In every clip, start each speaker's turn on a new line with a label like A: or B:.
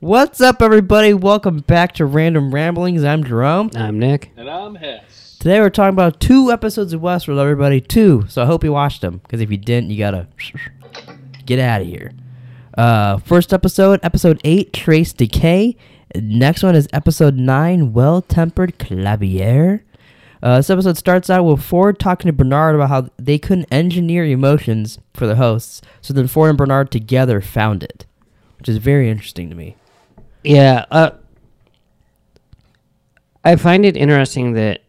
A: What's up, everybody? Welcome back to Random Ramblings. I'm Jerome.
B: I'm Nick.
C: And I'm Hess.
A: Today we're talking about two episodes of Westworld, everybody. Two. So I hope you watched them. Because if you didn't, you gotta get out of here. Uh, first episode, episode eight, Trace Decay. Next one is episode nine, Well Tempered Clavier. Uh, this episode starts out with Ford talking to Bernard about how they couldn't engineer emotions for the hosts, so then Ford and Bernard together found it, which is very interesting to me.
B: Yeah, uh, I find it interesting that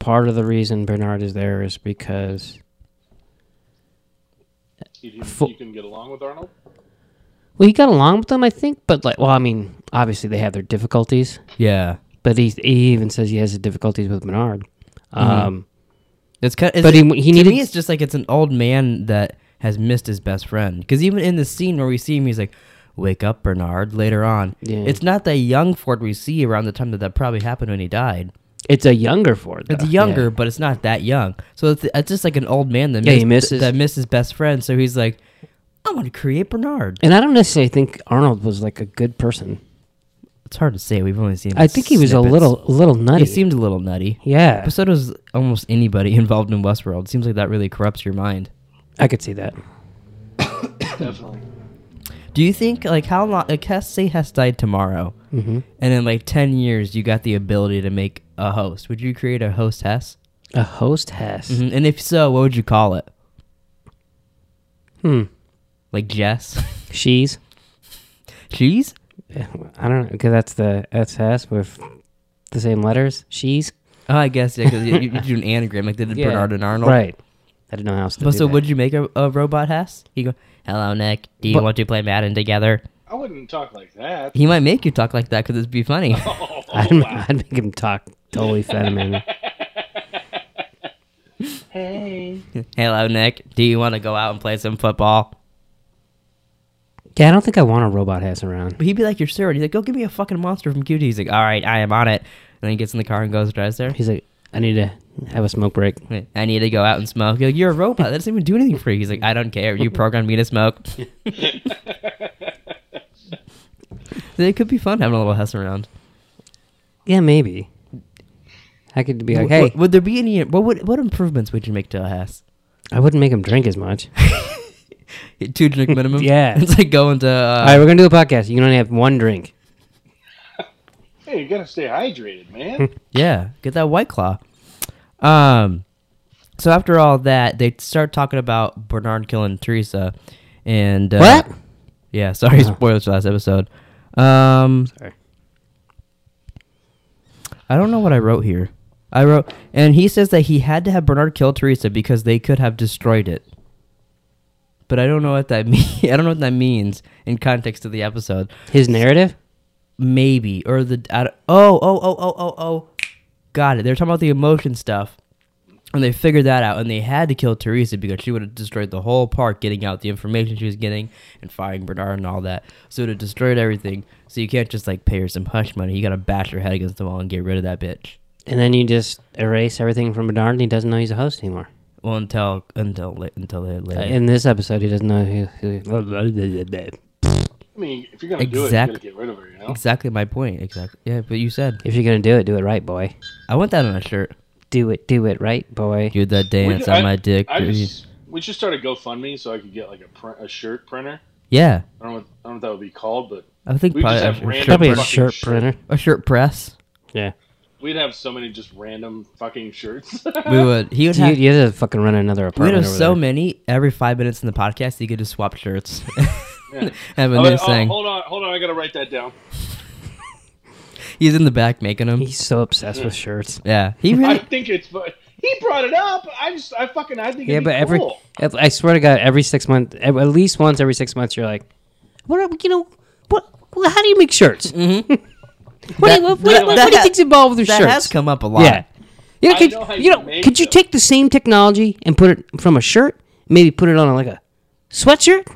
B: part of the reason Bernard is there is because
C: You, you,
B: Fo-
C: you can get along with Arnold.
B: well, he got along with them, I think, but like, well, I mean, obviously they have their difficulties,
A: Yeah,
B: but he, he even says he has his difficulties with Bernard.
A: Mm-hmm.
B: Um,
A: it's kind. Of,
B: But he- he
A: to
B: needed-
A: me, it's just like it's an old man that has missed his best friend. Because even in the scene where we see him, he's like, "Wake up, Bernard." Later on,
B: Yeah.
A: it's not the young Ford we see around the time that that probably happened when he died.
B: It's a younger Ford.
A: It's
B: though.
A: younger, but it's not that young. So it's, it's just like an old man that
B: Yeah, he
A: missed-
B: misses-
A: that missed his best friend. So he's like, "I'm gonna create Bernard."
B: And I don't necessarily think Arnold was like a good person.
A: It's hard to say. We've only seen.
B: I think he was a
A: snippets.
B: little, a little nutty.
A: He seemed a little nutty.
B: yeah,
A: But so does almost anybody involved in Westworld. Seems like that really corrupts your mind.
B: I could see that.
C: Definitely.
A: Do you think like how long? Like, Hess, say Hess died tomorrow, mm-hmm. and in like ten years you got the ability to make a host. Would you create a host Hess?
B: A host has.
A: Mhm. And if so, what would you call it?
B: Hmm.
A: Like Jess?
B: She's.
A: Cheese?
B: I don't know because that's the SS with the same letters. She's
A: Oh, I guess yeah, 'cause you, you do an anagram like they did
B: Yeah.
A: Bernard and Arnold.
B: right. I don't know how else to
A: But
B: do
A: so
B: that.
A: would you make a, a robot Hess? You go, hello Nick. Do you
B: But-
A: want to play Madden together?
C: I wouldn't talk like that.
A: He might make you talk like that because it'd be funny.
C: Oh,
B: I'd,
C: wow.
B: I'd make him talk totally feminine.
C: Hey.
A: hello Nick. Do you want to go out and play some football?
B: yeah, I don't think I want a robot ass around.
A: But he'd be like your steward. He's like, go give me a fucking monster from QT. He's like, all right, I am on it. And then he gets in the car and goes and drives there.
B: He's like, I need to have a smoke break.
A: I need to go out and smoke. You're, like, You're a robot. That doesn't even do anything for you. He's like, I don't care. You programmed me to smoke. so it could be fun having a little Hess around.
B: Yeah, maybe. I could be like,
A: W-
B: hey,
A: w- would there be any? What would, what improvements would you make to a Hess?
B: I wouldn't make him drink as much.
A: Uh, Two drink minimum.
B: Yeah.
A: it's like going to.
B: All
A: Uh,
B: right, we're gonna do a podcast. You can only have one drink.
C: hey, you gotta stay hydrated, man.
A: Yeah, get that white claw. Um, so after all that, they start talking about Bernard killing Teresa, and uh,
B: what?
A: Yeah, sorry, spoilers for last episode. Um,
B: Sorry.
A: I don't know what I wrote here. I wrote, and he says that he had to have Bernard kill Teresa because they could have destroyed it. But I don't know what that mean. I don't know what that means in context of the episode.
B: His narrative?
A: Maybe or the I don't- oh oh oh oh oh oh, got it. They're talking about the emotion stuff, and they figured that out, and they had to kill Teresa because she would have destroyed the whole park, getting out the information she was getting and firing Bernard and all that. So it would have destroyed everything. So you can't just like pay her some hush money. You gotta bash her head against the wall and get rid of that bitch.
B: And then you just erase everything from Bernard, and he doesn't know he's a host anymore.
A: Well, until until la- until la- later.
B: In this episode, he doesn't know who. who
C: I mean, if you're gonna
A: Exact-
C: do it, you gotta get rid of her, you know?
A: exactly my point. Exactly. Yeah, but you said
B: if you're gonna do it, do it right, boy.
A: I want that on a shirt.
B: Do it, do it right, boy.
A: Do that
C: We
A: dance
C: ju-
A: on
C: I-
A: my dick.
C: I
A: baby.
C: just, we should start a GoFundMe so I could get like a print, a shirt printer.
A: yeah,
C: I don't, know what, I don't know what that would be called, but
A: I think
C: We just have
A: probably a
C: random
A: shirt,
B: Probably a
A: press-
C: fucking
B: shirt
C: shirt.
B: printer.
A: a shirt press.
B: Yeah.
C: we'd have so many just random fucking shirts.
A: We would. He would
B: You,
A: have.
B: you have to fucking run another
A: We'd
B: apartment.
A: have
B: over
A: so
B: there.
A: many every five minutes in the podcast. He could just swap shirts.
C: Yeah.
A: Have a
C: Oh,
A: new
C: oh,
A: thing.
C: hold on, hold on, I gotta write that down.
A: He's in the back making them.
B: He's so obsessed with shirts.
A: Yeah, he
C: I
A: really.
C: think it's fu- he brought it up. I just I fucking I think
B: Yeah,
C: it'd
B: but
C: be
B: every,
C: cool.
B: ev- I swear to God, every six months, at at least once every six months, you're like, what? Are, you know, what? well, How do you make shirts? Mm-hmm. What, do you- what, what,
A: That-
B: what,
A: that-
B: what do you think's involved with your
A: that
B: shirts?
A: has come up a lot.
B: yeah. You know,
C: I
B: could,
C: know how
B: you,
C: you
B: know,
C: make
B: could you
C: them.
B: take the same technology and put it from a shirt, maybe put it on a, like a sweatshirt?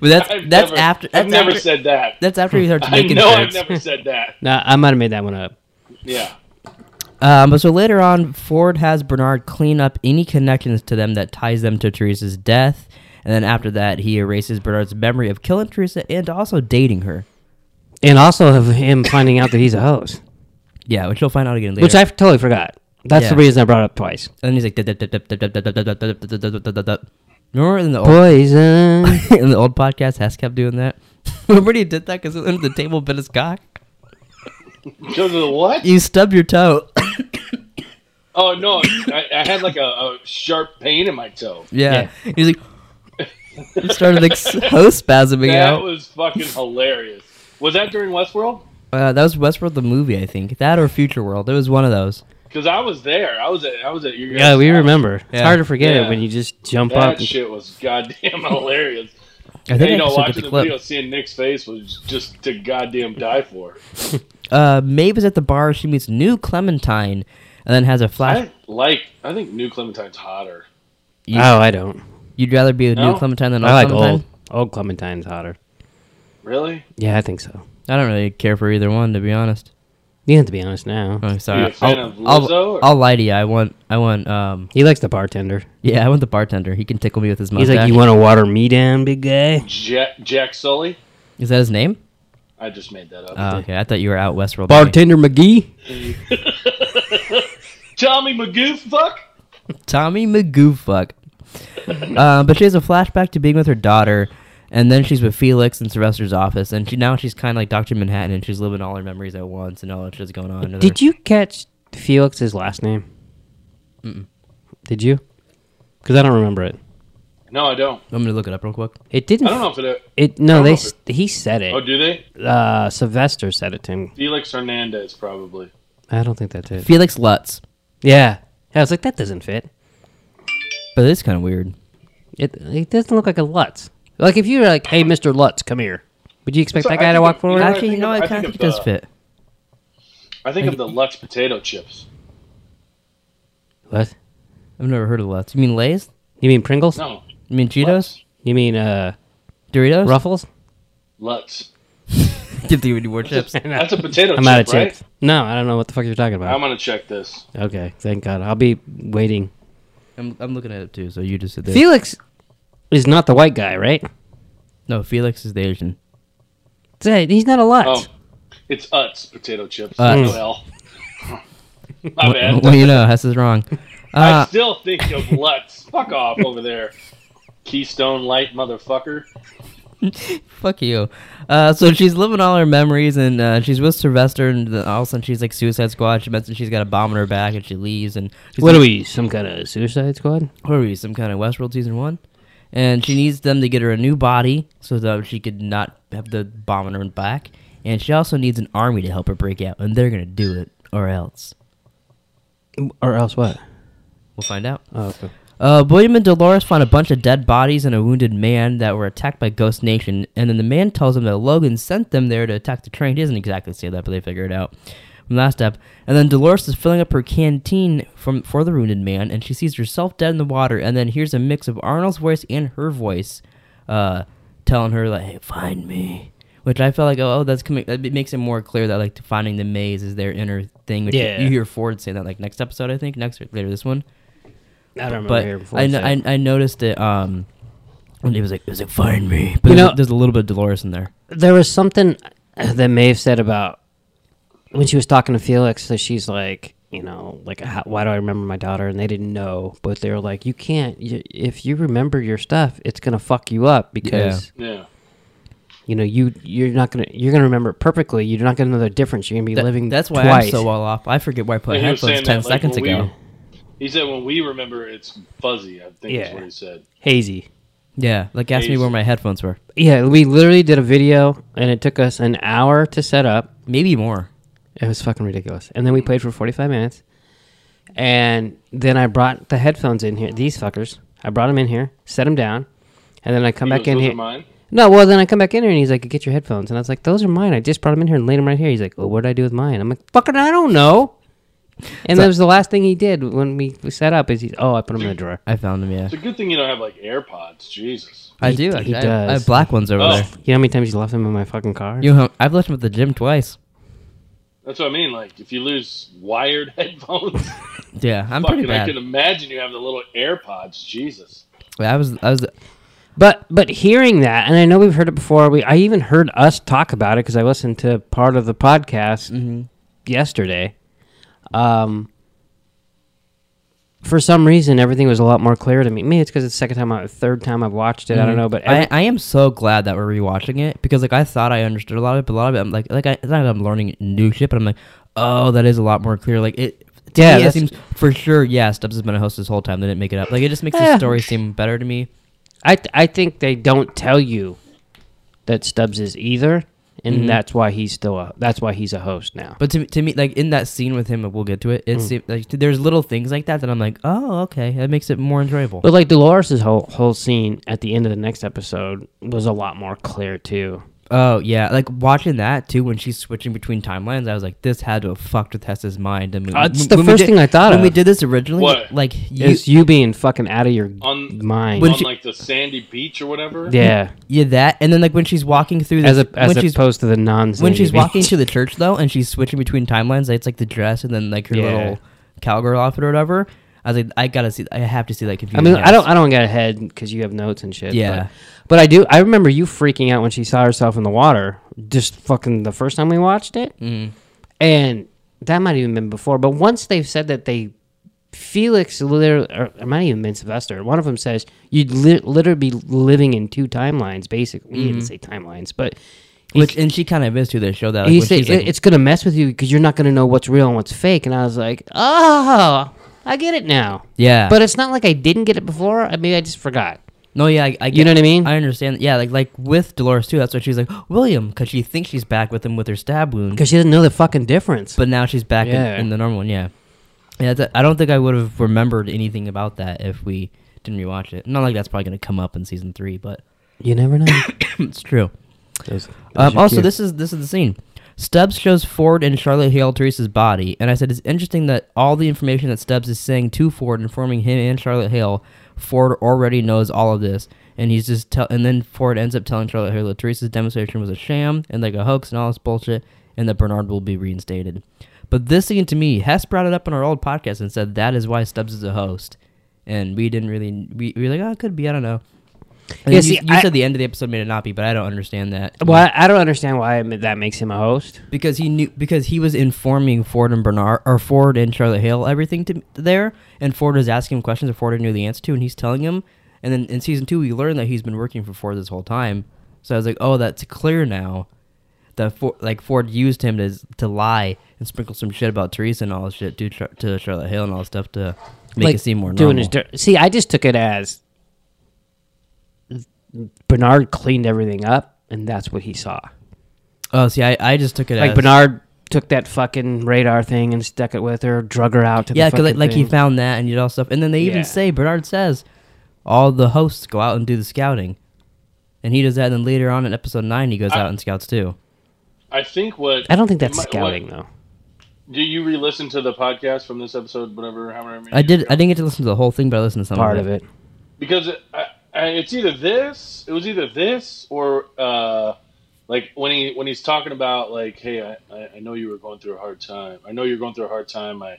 A: but that's
C: I've
A: that's
C: never,
A: after. That's
C: I've never
A: after,
C: said that.
A: That's after he starts
C: I
A: making
C: know
A: shirts.
C: I've never said that.
B: nah, I might have made that one up.
C: Yeah.
A: Um, but so later on, Ford has Bernard clean up any connections to them that ties them to Teresa's death, and then after that, he erases Bernard's memory of killing Teresa and also dating her.
B: and also of him finding out that he's a host,
A: Yeah, which you'll find out again later.
B: which I totally forgot. That's the
A: Yeah.
B: reason I brought it up twice.
A: and then he's like, "Dup, dup, dup, dup, dup, dup, dup, dup, dup, dup, dup, dup, dup, dup, dup, dup." remember in the old
B: Poison.
A: in the old podcast, Hess kept doing that. remember he did that because the table bit his cock.
C: Go to the what?
A: You stubbed your toe.
C: Oh no, I, I had like a, a sharp pain in my toe.
A: yeah. he's like. He started like s- host spasming
C: That
A: out.
C: was fucking hilarious. Was that during Westworld?
A: uh, that was Westworld the movie, I think. That or Future World. It was one of those.
C: Because I was there. I was at. I was at your.
B: yeah,
C: guys'
B: we
C: house.
B: remember. It's
A: Yeah.
B: hard to forget
C: Yeah.
B: it when you just jump up.
C: That
B: and-
C: shit was goddamn hilarious.
A: I
C: And,
A: think
C: you
A: I
C: know,
A: just looked at
C: watching
A: the
C: the
A: clip.
C: video, seeing Nick's face was just to goddamn die for.
A: Uh, Maeve is at the bar. She meets new Clementine, and then has a flash.
C: I like. I think New Clementine's hotter.
A: You,
B: oh, I don't.
A: You'd rather be with new
C: No.
A: Clementine than old
B: I like
A: Clementine.
B: old. Old Clementine's hotter.
C: Really?
B: Yeah, I think so.
A: I don't really care for either one, to be honest.
B: You have to be honest now.
A: Oh,
C: You a
A: sorry.
C: fan of
A: I'll, I'll,
C: Lizzo, or-
A: I'll lie to you. I want. I want. Um.
B: He likes the bartender.
A: Yeah, I want the bartender. He can tickle me with his mustache.
B: He's like, you want to water me down, big guy?
C: Jack, Jack Sully.
A: Is that his name?
C: I just made that up.
A: Oh, okay. I thought you were out Westworld.
B: Bartender McGee.
C: Tommy Magoo, fuck.
A: Tommy McGoofuck. uh, but she has a flashback to being with her daughter, and then she's with Felix in Sylvester's office, and she now she's kind of like Doctor Manhattan, and she's living all her memories at once and all that shit's going on.
B: Did you catch Felix's last name? Did you? Because I don't remember it.
C: No, I don't.
A: I'm gonna look it up real quick.
B: It didn't.
C: I don't know if it.
B: It no,
C: don't
B: they
C: know
B: s- he said
C: Oh,
B: it.
C: do they?
B: Uh, Sylvester said it to him.
C: Felix Hernandez, probably.
B: I don't think that's it.
A: Felix Lutz,
B: Yeah, I was like, that doesn't fit.
A: but it's kind of weird.
B: It it doesn't look like a Lutz. Like if you're like, hey, Mister Lutz, come here. Would you expect
C: So
B: that
C: I
B: guy to
C: think
B: walk
C: it-
B: forward?
C: I
A: Actually,
C: think
A: you know,
C: of-
A: I
C: I
A: kind
C: think uh,
A: of
C: of
A: think it does
C: the-
A: fit.
C: I think of the Lux potato chips.
B: What?
A: I've never heard of Lutz. You mean Lay's?
B: You mean Pringles?
C: No,
A: You mean Cheetos?
C: Lutz.
B: You mean uh
A: Doritos?
B: Ruffles?
C: Lutz.
A: Did they even more chips?
C: That's a potato
B: I'm
C: chip,
B: out of
C: right? Um,
B: chips. No, I don't know what the fuck you're talking about.
C: I'm gonna check this.
B: okay, thank God. I'll be waiting.
A: I'm, I'm looking at it too. So you just said that.
B: Felix is not the white guy, right?
A: no, Felix is the Asian.
B: Say, He's not a
C: Oh,
B: Lutz.
C: it's Utz potato chips.
A: Utz.
C: Well, my bad.
A: well, you know, Hess is wrong.
C: I
A: Uh,
C: still think of Lutz. Fuck off over there, Keystone Light motherfucker.
A: fuck you. Uh, so she's living all her memories, and uh, she's with Sylvester, and then all of a sudden she's like Suicide Squad. She mentions she's got a bomb in her back, and she leaves. And she's
B: What are we? Some kind of Suicide Squad?
A: what are we, some kind of Westworld season one? And she needs them to get her a new body so that she could not have the bomb in her back. And she also needs an army to help her break out, and they're gonna do it or else.
B: Or else what?
A: We'll find out.
B: Oh, okay.
A: Uh, William and Dolores find a bunch of dead bodies and a wounded man that were attacked by Ghost Nation, and then the man tells them that Logan sent them there to attack the train. He doesn't exactly say that, but they figure it out from last step. And then Dolores is filling up her canteen from for the wounded man, and she sees herself dead in the water, and then hears a mix of Arnold's voice and her voice, uh, telling her like, "Hey, find me." Which I felt like, oh, oh, that's coming. That it makes it more clear that like finding the maze is their inner thing. Which
B: Yeah.
A: you, you hear Ford say that like next episode, I think, next or later this one
B: I don't remember
A: but
B: here before.
A: I,
B: you
A: kn-
B: said it.
A: I I noticed it. Um, when he was like, it was like, find me. But
B: You
A: there's,
B: know-
A: there's a little bit of Dolores in there.
B: there was something that Maeve said about when she was talking to Felix. So she's like, you know, like, how, why do I remember my daughter? And they didn't know, but they were like, you can't. You, if you remember your stuff, it's gonna fuck you up because
C: Yeah,
B: you know you you're not gonna you're gonna remember it perfectly. You're not gonna know the difference. You're gonna be
A: That-
B: living.
A: that's why
B: twice.
A: I'm so well off. I forget where I put
C: Yeah, he was
A: headphones
C: saying
A: ten
C: that, like,
A: seconds
C: when we-
A: ago.
C: he said when we remember, it's fuzzy. I think
B: Yeah.
C: is what he said.
B: hazy.
A: Yeah, like ask me
C: Jeez.
A: where my headphones were.
B: Yeah, we literally did a video, and it took us an hour to set up.
A: Maybe more.
B: It was fucking ridiculous. And then we played for 45 minutes. And then I brought the headphones in here. These fuckers. I brought them in here, set them down. And then I come
C: He
B: back
C: goes,
B: in
C: "Those are
B: here.
C: Mine.
B: No, well, then I come back in here and he's like, get your headphones. And I was like, those are mine. I just brought them in here and laid them right here. He's like, oh, what did I do with mine? I'm like, fucking, I don't know. And that was the last thing he did when we we set up is he, oh, I put them in the drawer.
A: I found them. Yeah,
C: It's a good thing you don't have like AirPods. Jesus.
A: I
B: He-
A: do.
B: he
A: actually. I, I
B: does.
A: have black ones over
C: Oh.
A: there.
B: You know how many times you left them in my fucking car?
A: You, know, I've left them at the gym twice.
C: That's what I mean. Like if you lose wired headphones,
A: Yeah, I'm pretty
C: fucking, I can
A: bad.
C: imagine you have the little AirPods. Jesus.
A: I was I was
B: But but hearing that, and I know we've heard it before. We I even heard us talk about it because I listened to part of the podcast yesterday. Um, for some reason, everything was a lot more clear to me. Maybe it's because it's the second time, I, third time I've watched it. I don't know, but every-
A: Mm-hmm. I, I am so glad that we're rewatching it because like I thought I understood a lot of it, but a lot of it I'm like like I, it's not that I'm learning new shit, but I'm like, oh, that is a lot more clear. Like it, to
B: Yeah,
A: me, it
B: that's-
A: seems for sure. Yeah, Stubbs has been a host this whole time. They didn't make it up. Like it just makes
B: Yeah.
A: the story seem better to me.
B: I th- I think they don't tell you that Stubbs is either, and that's why he's still a that's why he's a host now.
A: But to me- to me, like in that scene with him, and we'll get to it.
B: Mm.
A: It seemed like there's little things like that that I'm like, oh, okay, that makes it more enjoyable.
B: But like Dolores' whole whole scene at the end of the next episode was a lot more clear too.
A: Oh yeah, like watching that too when she's switching between timelines, I was like, this had to have fucked with Hessa's mind. And when-
B: Uh, it's
A: when-
B: the
A: when we
B: first
A: did-
B: thing I thought
A: when we
B: of.
A: did this originally.
C: What?
A: Like you,
B: It's you being fucking out of your
C: On-
B: mind.
A: When
C: on
A: she-
C: like the sandy beach or whatever.
B: yeah,
A: yeah, that, and then like when she's walking through, the,
B: as a, as
A: when she's
B: opposed to the non.
A: when she's walking to the church though, and she's switching between timelines, it's like the dress and then like her
B: Yeah.
A: little cowgirl outfit or whatever. I was like, I gotta see, I have to see that
B: I
A: confusing.
B: mean, I
A: ass.
B: don't, I don't get ahead because you have notes and shit.
A: Yeah.
B: but, but I do. I remember you freaking out when she saw herself in the water, just fucking the first time we watched it,
A: Mm-hmm.
B: mm. and that might have even been before. But once they've said that they, Felix literally, or it might have even been Sylvester. One of them says you'd li- literally be living in two timelines. Basically, he
A: Mm-hmm.
B: didn't say timelines, but he
A: Which and she kind of is too. They show that like,
B: he
A: when
B: said
A: she's, like,
B: "It- it's gonna mess with you because you're not gonna know what's real and what's fake. And I was like, oh, I get it now.
A: Yeah.
B: but it's not like I didn't get it before. I mean, I just forgot.
A: No, yeah, I, I get,
B: know what I mean?
A: I understand. Yeah, like like with Dolores too. That's why she's like William because she thinks she's back with him with her stab wound,
B: Because she doesn't know the fucking difference.
A: but now she's back
B: Yeah.
A: in, in the normal one. Yeah, yeah. That, I don't think I would have remembered anything about that if we didn't rewatch it. Not like that's probably going to come up in season three, but
B: you never know.
A: it's true. Um, also, this is this is the scene. Stubbs shows Ford and Charlotte Hale Teresa's body, and I said it's interesting that all the information that Stubbs is saying to Ford, informing him and Charlotte Hale, Ford already knows all of this, and he's just tell. And then Ford ends up telling Charlotte Hale that Teresa's demonstration was a sham and like a hoax and all this bullshit, and that Bernard will be reinstated. But this scene to me, Hess brought it up in our old podcast and said that is why Stubbs is a host, and we didn't really we, we were like oh it could be I don't know. And
B: Yeah,
A: you,
B: see,
A: you
B: I-
A: said the end of the episode made it not be, but I don't understand that.
B: well, I, I don't understand why that makes him a host.
A: because he knew because he was informing Ford and Bernard or Ford and Charlotte Hale everything to there, and Ford was asking him questions that Ford knew the answer to, and he's telling him. And then in season two, we learned that he's been working for Ford this whole time. So I was like, oh, that's clear now. That Ford, like Ford used him to to lie and sprinkle some shit about Teresa and all this shit to Char- to Charlotte Hale and all this stuff to make it seem more normal.
B: doing his dir- See, I just took it as Bernard cleaned everything up, and that's what he saw.
A: oh, see, I, I just took it
B: Like
A: as
B: Bernard took that fucking radar thing and stuck it with her, drug her out to
A: Yeah,
B: the
A: because
B: fucking
A: like, like he
B: thing.
A: found that and you did all stuff, and then they even
B: Yeah.
A: say Bernard says all the hosts go out and do the scouting, and he does that. And then later on in episode nine, he goes out and scouts too.
C: I think what
B: I don't think that's
C: my-
B: scouting
C: what-
B: though.
C: Do you re-listen to the podcast from this episode, whatever, however many
A: I
C: years
A: did.
C: ago?
A: I didn't get to listen to the whole thing, but I listened to some
B: Part of it.
C: because it, I, I, it's either this, it was either this or uh, like when he when he's talking about like, hey, I- I, I know you were going through a hard time. I know you're going through a hard time. I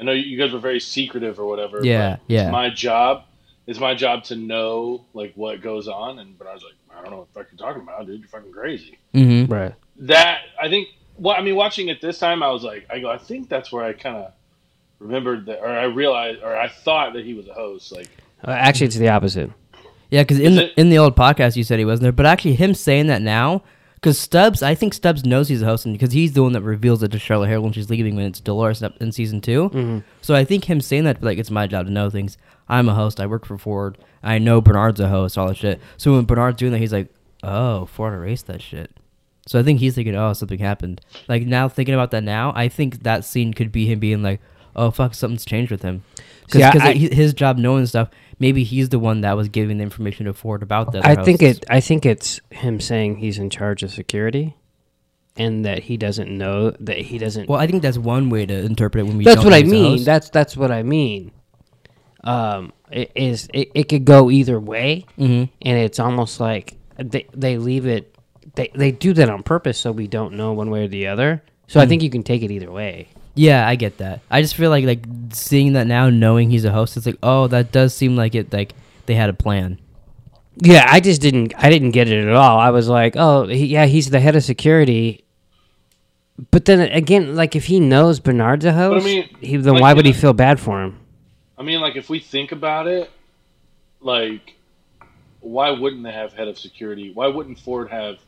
C: I know you guys were very secretive or whatever.
A: Yeah,
C: but
A: yeah.
C: It's my job. It's my job to know like what goes on. And but I was like, I don't know what the fuck you're talking about, dude. You're fucking crazy.
A: Mm-hmm.
B: Right.
C: That I think. Well, I mean, watching it this time, I was like, I go, I think that's where I kind of remembered that, or I realized, or I thought that he was a host. Like,
B: Uh, actually, it's the opposite.
A: Yeah, because in
C: it-
A: the, in the old podcast, you said he wasn't there, but actually, him saying that now, because Stubbs, I think Stubbs knows he's a host, because he's the one that reveals it to Charlotte Hare when she's leaving when it's Dolores up in season 2
B: Mm-hmm.
A: So I think him saying that, like, it's my job to know things. I'm a host. I work for Ford. I know Bernard's a host. All that shit. So when Bernard's doing that, he's like, "Oh, Ford erased that shit." So I think he's thinking, "Oh, something happened." Like now, thinking about that now, I think that scene could be him being like, "Oh, fuck, something's changed with him."
B: See, I-
A: Because
B: I-
A: his job knowing stuff. Maybe he's the one that was giving the information to Ford about that.
B: I think it. I think it's him saying he's in charge of security, and that he doesn't know that he doesn't.
A: Well, I think that's one way to interpret it. When we
B: that's
A: don't
B: what
A: know
B: I
A: he's a
B: mean.
A: host.
B: That's that's what I mean. Um, it is it, it could go either way, mm-hmm. and it's almost like they they leave it. They they do that on purpose so we don't know one way or the other. So I think you can take it either way.
A: yeah, I get that. I just feel like like seeing that now, knowing he's a host, it's like, oh, that does seem like it. Like they had a plan.
B: Yeah, I just didn't. I didn't get it at all. I was like, oh, he, yeah, he's the head of security. But then again, like if he knows Bernard's a host,
C: mean,
B: he, then
C: like,
B: why would
C: yeah.
B: he feel bad for him?
C: I mean, like if we think about it, like why wouldn't they have head of security? Why wouldn't Ford have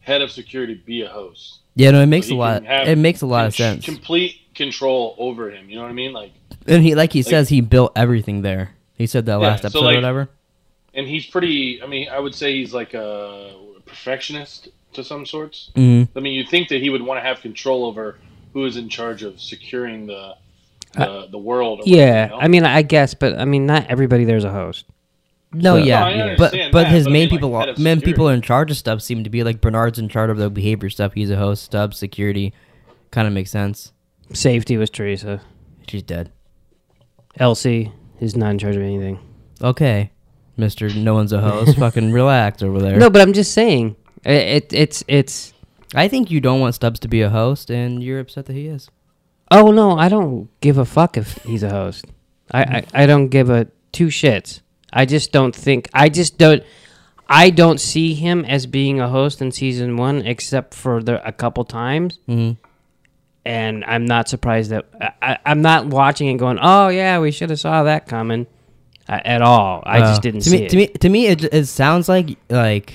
C: head of security be a host?
A: Yeah, no, it makes
C: He
A: a
C: can
A: lot.
C: have
A: It makes a lot of
C: con-
A: sense.
C: Complete control over him. You know what I mean? Like,
A: and he, like he
C: like-
A: says, he built everything there. He said that
C: Yeah,
A: last
C: so,
A: episode
C: like-
A: or whatever.
C: and he's pretty. I mean, I would say he's like a perfectionist to some sorts.
A: Mhm.
B: Mm-hmm.
C: I mean, you think that he would want to have control over who is in charge of securing the the, the world. or whatever,
B: Yeah,
C: you know?
B: I mean, I guess, but I mean, not everybody there's a host.
A: No,
B: So-
A: yeah,
C: No, I
A: yeah. but
C: understand
A: but
C: that,
A: his
C: but I
A: main
C: mean, like,
A: people,
C: head of
A: men
C: security.
A: people in charge of stuff seem to be like Bernard's in charge of the behavior stuff. He's a host, Stubbs security, kind of makes sense.
B: Safety was Teresa.
A: She's dead.
B: Elsie is not in charge of anything.
A: Okay, Mister, no one's a host. Fucking relax over there.
B: No, but I'm just saying, i- it, it's it's.
A: I think you don't want Stubbs to be a host, and you're upset that he is.
B: Oh no, I don't give a fuck if he's a host. I I, I don't give a two shits. I just don't think. I just don't. I don't see him as being a host in season one, except for the, a couple times.
A: Mhm.
B: And I'm not surprised that I, I, I'm not watching and going, "Oh yeah, we should have saw that coming," uh, at all. I
A: Uh,
B: just didn't
A: to
B: see
A: me,
B: it.
A: To me, to me, it, it sounds like like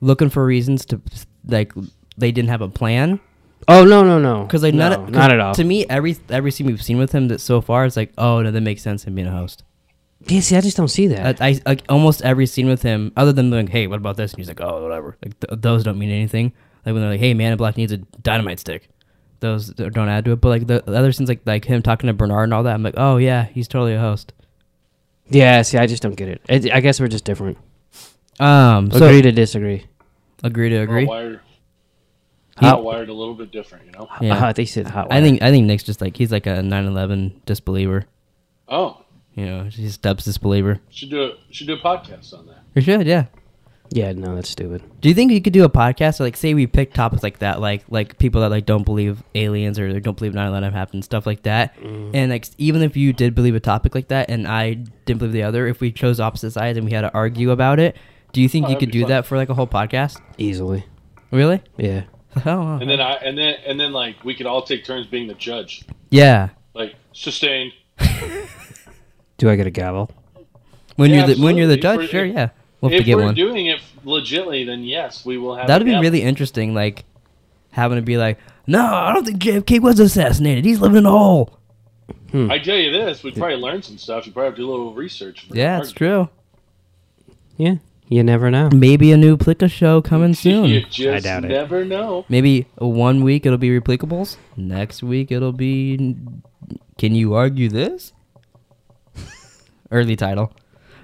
A: looking for reasons to like they didn't have a plan
B: oh no, no, no,
A: because like
B: no,
A: none, 'cause
B: not at all.
A: To me, every every scene we've seen with him that so far is like, oh no, that makes sense him being a host.
B: yeah, see, I just don't see that.
A: I, I like almost every scene with him, other than like, hey, what about this? And he's like, oh, whatever. Like th- those don't mean anything. Like when they're like, hey, Man in Black needs a dynamite stick. Those th- don't add to it. But like the, the other scenes, like like him talking to Bernard and all that, I'm like, oh yeah, he's totally a host.
B: yeah, see, I just don't get it. I, I guess we're just different.
A: Um, so
B: agree to disagree.
A: agree to
C: We're all
A: agree.
C: wired,
B: He-
C: we're all wired a little bit different, you know.
A: Yeah.
B: Uh, they said hot.
A: I think I think Nick's just like he's like a 9/11 disbeliever.
C: Oh,
A: You know, he's Stubbs disbeliever.
C: should do a, should do a podcast on that.
A: We should, yeah.
B: Yeah, no, that's stupid.
A: Do you think you could do a podcast or like say we pick topics like that, like like people that like don't believe aliens or they don't believe 9/11 happened, stuff like that,
C: Mm-hmm.
A: and like even if you did believe a topic like that and I didn't believe the other, if we chose opposite sides and we had to argue about it, do you think
C: Oh,
A: you
C: that'd
A: could
C: be
A: do
C: fun.
A: that for like a whole podcast?
B: Easily.
A: Really?
B: Yeah.
A: Oh,
C: And then I and then and then like we could all take turns being the judge.
A: yeah.
C: Like sustained.
B: Do I get a gavel?
A: When
C: Yeah,
A: you're the, when you're the judge,
C: absolutely. If
A: sure,
C: we're-
A: yeah, we'll have
C: if
A: to get
C: we're
A: one.
C: doing it legitly, then yes, we will have.
A: That'd
C: a
A: be
C: gap.
A: really interesting, like having to be like, no, I don't think JFK was assassinated. He's living in a hole.
C: I tell you this, we probably learned some stuff. You probably have to do a little research. for
A: Yeah,
C: our-
A: it's true.
B: Yeah. You never know.
A: Maybe a new Plica show coming
C: You
A: soon.
C: just
B: I doubt it.
C: never know.
A: Maybe one week it'll be replicables. Next week it'll be. Can you argue this? Early title.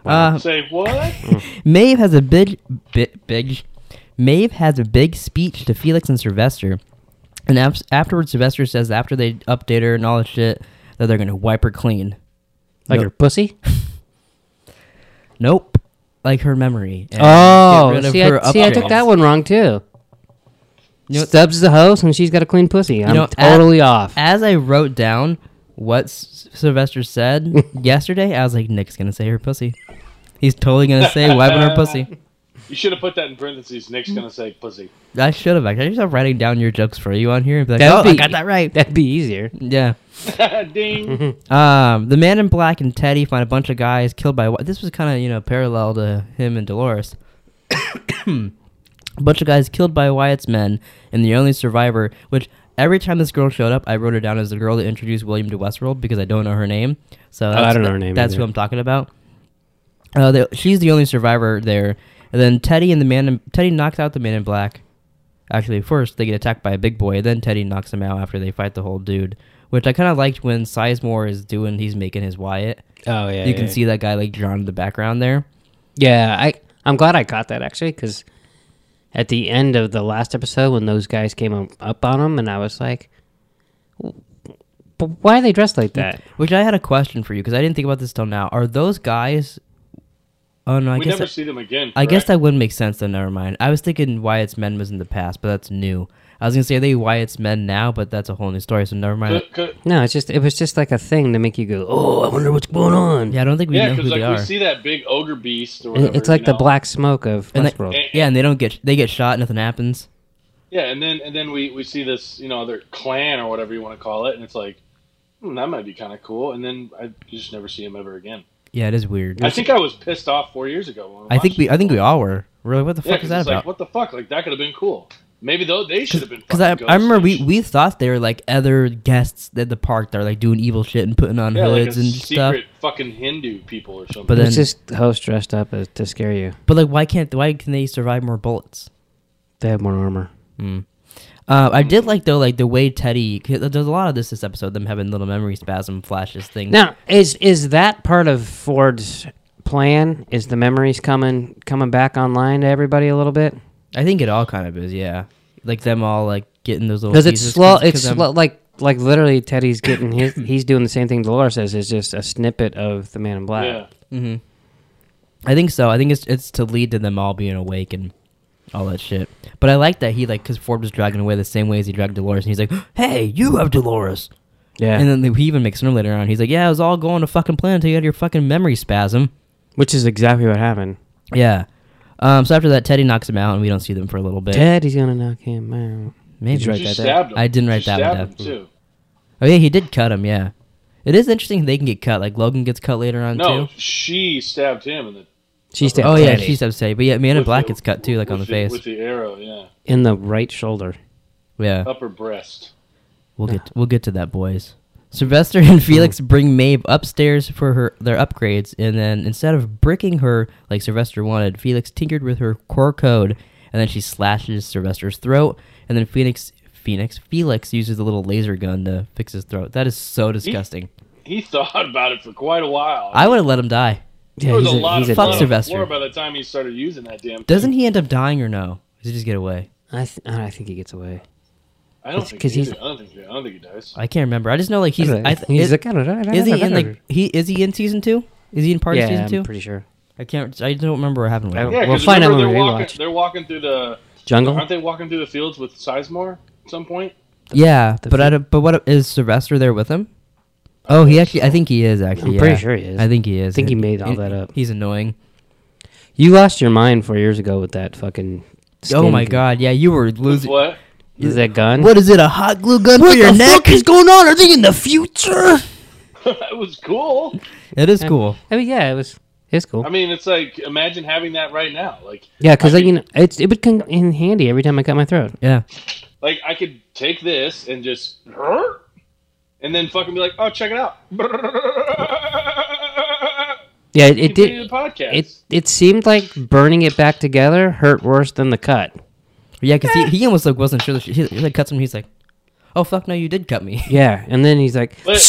A: Uh,
C: Say what?
A: Maeve has a big, big, big. Maeve has a big speech to Felix and Sylvester, and af- afterwards Sylvester says after they update her and all that shit that they're gonna wipe her clean.
B: Like
A: No.
B: your pussy?
A: Nope. Like her memory. and get
B: Oh,
A: rid of
B: see,
A: her
B: I, see I
A: upgrades.
B: took that one wrong too.
A: You know-
B: Stubbs is the host and she's got a clean pussy. I'm
A: know,
B: totally off.
A: As I wrote down what S- Sylvester said yesterday, I was like, Nick's going to say her pussy. He's totally going to say wiping her pussy.
C: You should have put that in parentheses. Nick's gonna say pussy.
A: I should have. actually. I should have writing down your jokes for you on here and be like,
B: That
A: oh,
B: would
A: I
B: be-
A: got that right.
B: That'd be easier.
A: Yeah.
C: Ding.
A: Um, the man in black and Teddy find a bunch of guys killed by. wi- This was kind of you know parallel to him and Dolores. bunch of guys killed by Wyatt's men, and the only survivor. Which every time this girl showed up, I wrote her down as the girl that introduced William to Westworld because I don't know her name. So that's,
B: Oh, don't know her name
A: That's who
B: either.
A: I'm talking about. Uh, the, she's the only survivor there. And then Teddy and the man. In, Teddy knocks out the man in black. Actually, first they get attacked by a big boy, then Teddy knocks him out after they fight the whole dude. Which I kind of liked when Sizemore is doing, he's making his Wyatt.
B: Oh yeah.
A: you can see that guy like drawn in the background there.
B: Yeah, I I'm glad I caught that actually because at the end of the last episode when those guys came up- up on him and I was like, but why are
A: Mm.
B: they dressed like that?
A: Which I had a question for you because I didn't think about this till now. Are those guys Oh no, I
C: we
A: guess
C: never
A: that,
C: see them again.
A: I guess
C: correct?
A: that would make sense. Then never mind. I was thinking Wyatt's Men was in the past, but that's new. I was gonna say are they Wyatt's Men now, but that's a whole new story. So never mind.
C: Cause, 'cause-
B: No, it's just it was just like a thing to make you go, oh, I wonder what's going on.
A: yeah, I don't think we
C: yeah,
A: know
C: because
A: who
C: like
A: they are.
C: we see that big ogre beast or
B: It-
C: whatever.
B: it's like
C: you
B: the
C: know?
B: black smoke of
A: and they-
B: Westworld.
A: yeah, and they don't get they get shot. Nothing happens.
C: Yeah, and then and then we we see this you know other clan or whatever you want to call it, and it's like hmm, that might be kind of cool. And then I just never see him ever again.
A: Yeah, it is weird.
C: I think I was pissed off four years ago. When
A: I think
C: watched
A: we
C: it.
A: I think we all were. We're like, what the
C: Yeah,
A: fuck
C: 'cause
A: is that
C: it's
A: about?
C: like what the fuck? Like that could have been cool. Maybe though they should have been.
A: Because I,
C: fucking
A: I remember
C: ghosts
A: we,
C: and
A: we thought they were like other guests at the park that were like doing evil shit and putting on
C: shit. yeah, like a
A: hoods and stuff.
C: secret fucking Hindu people or something.
A: But
B: It's
A: then-
B: just host dressed up as, to scare you.
A: But like, why can't why can they survive more bullets?
B: They have more armor.
A: Uh,
C: Hmm.
A: I did like though like the way Teddy. 'cause There's a lot of this this episode them having little memory spasm flashes things.
B: Now, is is that part of Ford's plan? Is the memories coming coming back online to everybody a little bit?
A: I think it all kind of is yeah. Like them all like getting those little.
B: Because it's
A: pieces,
B: slow.
A: 'cause-
B: It's
A: 'cause I'm-
B: slow, like like literally Teddy's getting his. he's doing the same thing Dolores says. It's just a snippet of the Man in Black.
C: yeah,
A: I think so. I think it's it's to lead to them all being awake and all that shit. But I like that he like because Ford was dragging away the same way as he dragged Dolores, and he's like, "Hey, you have Dolores."
B: Yeah.
A: And then he even makes it later on. He's like, "Yeah, it was all going to fucking plan until you had your fucking memory spasm."
B: Which is exactly what happened.
A: Yeah. Um, so after that, Teddy knocks him out, and we don't see them for a little bit.
B: Teddy's gonna knock him out.
A: Maybe.
B: Did you write
C: she
B: that down?
C: stabbed him.
A: I didn't write
C: she
A: that one
C: stabbed
A: down.
C: him, too.
A: Oh yeah, he did cut him. Yeah. It is interesting they can get cut. Like Logan gets cut later on
C: No,
A: too.
C: she stabbed him in the
B: She stabbed
A: Oh yeah,
B: Teddy
A: she's upset. But yeah, Man in
C: with
A: Black
C: the-
A: gets cut too, like on the
C: with
A: face.
C: with the arrow. Yeah,
B: in the right shoulder.
A: Yeah.
C: upper breast.
A: We'll get we'll get to that, boys. Sylvester and Felix bring Maeve upstairs for her their upgrades, and then instead of bricking her like Sylvester wanted, Felix tinkered with her core code, and then she slashes Sylvester's throat, and then Phoenix Phoenix Felix uses a little laser gun to fix his throat. That is so disgusting.
C: He thought about it for quite a while.
A: I would have let him die.
B: Yeah,
C: there was
B: he's
C: a,
B: a,
C: lot
B: he's
C: of
B: a
A: Fuck
C: blood on
B: dick.
A: Sylvester.
C: the floor by the time he started using that damn.
A: Doesn't he end up dying or no? Does he just get away?
B: I, th- I think he gets away.
C: I don't
B: It's
C: think
B: 'cause
C: he
B: he's-
C: did. I don't think. he- I don't think he does.
A: I can't remember. I just know like he's. I th-
B: he's
A: is,
B: like, I don't know.
A: is he in like he is he in season two? Is he in part of
B: yeah,
A: season
B: I'm
A: 2
B: pretty sure.
A: I can't. I don't remember what happened. With
B: I
A: him.
B: don't-
C: Yeah,
B: We'll
C: because
B: find out
C: they're
B: when we
C: walking.
B: rewatch.
C: They're walking through the.
B: Jungle?
C: Aren't they walking through the fields with Sizemore at some point?
A: Yeah,
B: the
A: but I
B: fi-
A: don't, but what is Sylvester there with him? Oh, he actually. I think he is actually.
B: I'm
A: yeah.
B: pretty sure he is.
A: I think he is.
B: think he
A: And-
B: made all
A: and
B: that up.
A: He's annoying.
B: You lost your mind four years ago with that fucking.
A: oh
B: skin-
A: my god! Yeah, you were
C: With
A: losing.
C: what?
B: Is that gun?
A: What is it? A hot glue gun for your neck?
B: going on? Are they in the future?
C: that was cool.
A: It is cool.
B: I mean, yeah, it was. It's cool.
C: I mean, it's like imagine having that right now. Like,
B: yeah, because like, you know, it's, it would come in handy every time I cut my throat.
A: Yeah.
C: like I could take this and just, and then fucking be like, oh, check it out.
B: Yeah, it, it
C: Continue the
B: did.
C: podcast.
B: It it seemed like burning it back together hurt worse than the cut.
A: Yeah, because he, he almost like wasn't sure. That she, he, he like cuts him. He's like, "Oh fuck, no, you did cut me."
B: Yeah, and then he's like,
C: But-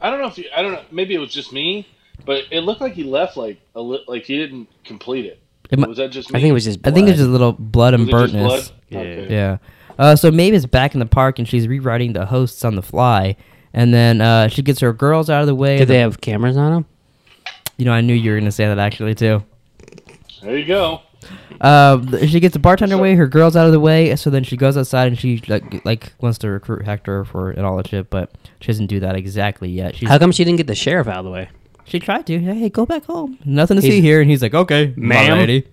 C: I don't know if you, I don't know. Maybe it was just me, but it looked like he left like a li- like he didn't complete it.
A: It mu-
C: was that just me?
B: I think it was just.
A: I
B: Blood.
A: think there's just a little blood and
C: Was it just blood?
A: burntness.
B: Yeah.
C: Okay.
A: Yeah. Uh, so Maeve is back in the park and she's rewriting the hosts on the fly, and then uh, she gets her girls out of the way.
B: Did they have cameras on them?
A: you know, I knew you were gonna say that actually too.
C: There you go.
A: Um, th- she gets the bartender away, her girls out of the way, so then she goes outside and she like g- like wants to recruit Hector for and all that shit, but she doesn't do that exactly yet. She's,
B: How come she didn't get the sheriff out of the way?
A: she tried to. Hey, go back home. Nothing to
B: He's-
A: see here, and he's like, okay,
B: Ma'am?
A: alrighty."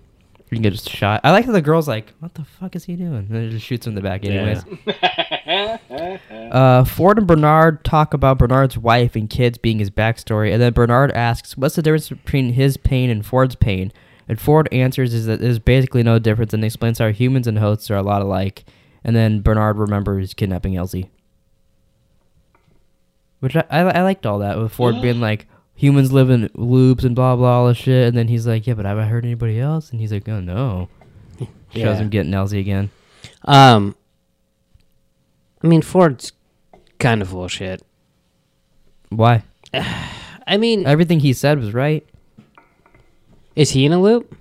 A: You can get just shot. I like how the girl's like, what the fuck is he doing? And then it just shoots him in the back, anyways. Uh, Ford and Bernard talk about Bernard's wife and kids being his backstory, and then Bernard asks, "What's the difference between his pain and Ford's pain?" And Ford answers, "Is that there's basically no difference," and explains how humans and hosts are a lot alike. And then Bernard remembers kidnapping Elsie, which I, I, I liked all that with Ford being like, "Humans live in loops and blah blah all this shit," and then he's like, "Yeah, but have I heard anybody else?" And he's like, "Oh no," shows
B: Yeah.
A: him getting Elsie again.
B: Um, I mean, Ford's kind of full of shit.
A: Why?
B: I mean,
A: Everything he said was right.
B: is he in a loop?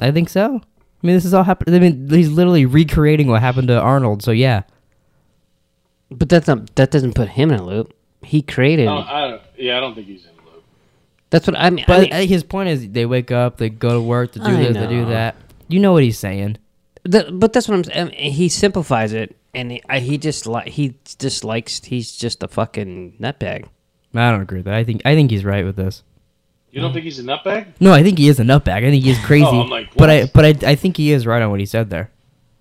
A: I think so. I mean, this is all happening. I mean, he's literally recreating what happened to Arnold. So yeah,
B: But that's not that doesn't put him in a loop. He created.
C: I don't, I don't, yeah, I don't think he's in the loop.
B: That's what I mean.
A: But
B: I mean,
A: I think his point is they wake up, they go to work, they do
B: I
A: this, they do
B: know.
A: that. You know what he's saying.
B: Th but that's what I'm saying. He simplifies it, and he, I, he just li- he just likes. He's just a fucking nutbag.
A: I don't agree with that. I think I think he's right with this.
C: You don't think he's a nutbag?
A: No, I think he is a nutbag. I think he is crazy.
C: I'm like,
A: but I
C: what?
A: but I, I think he is right on what he said there.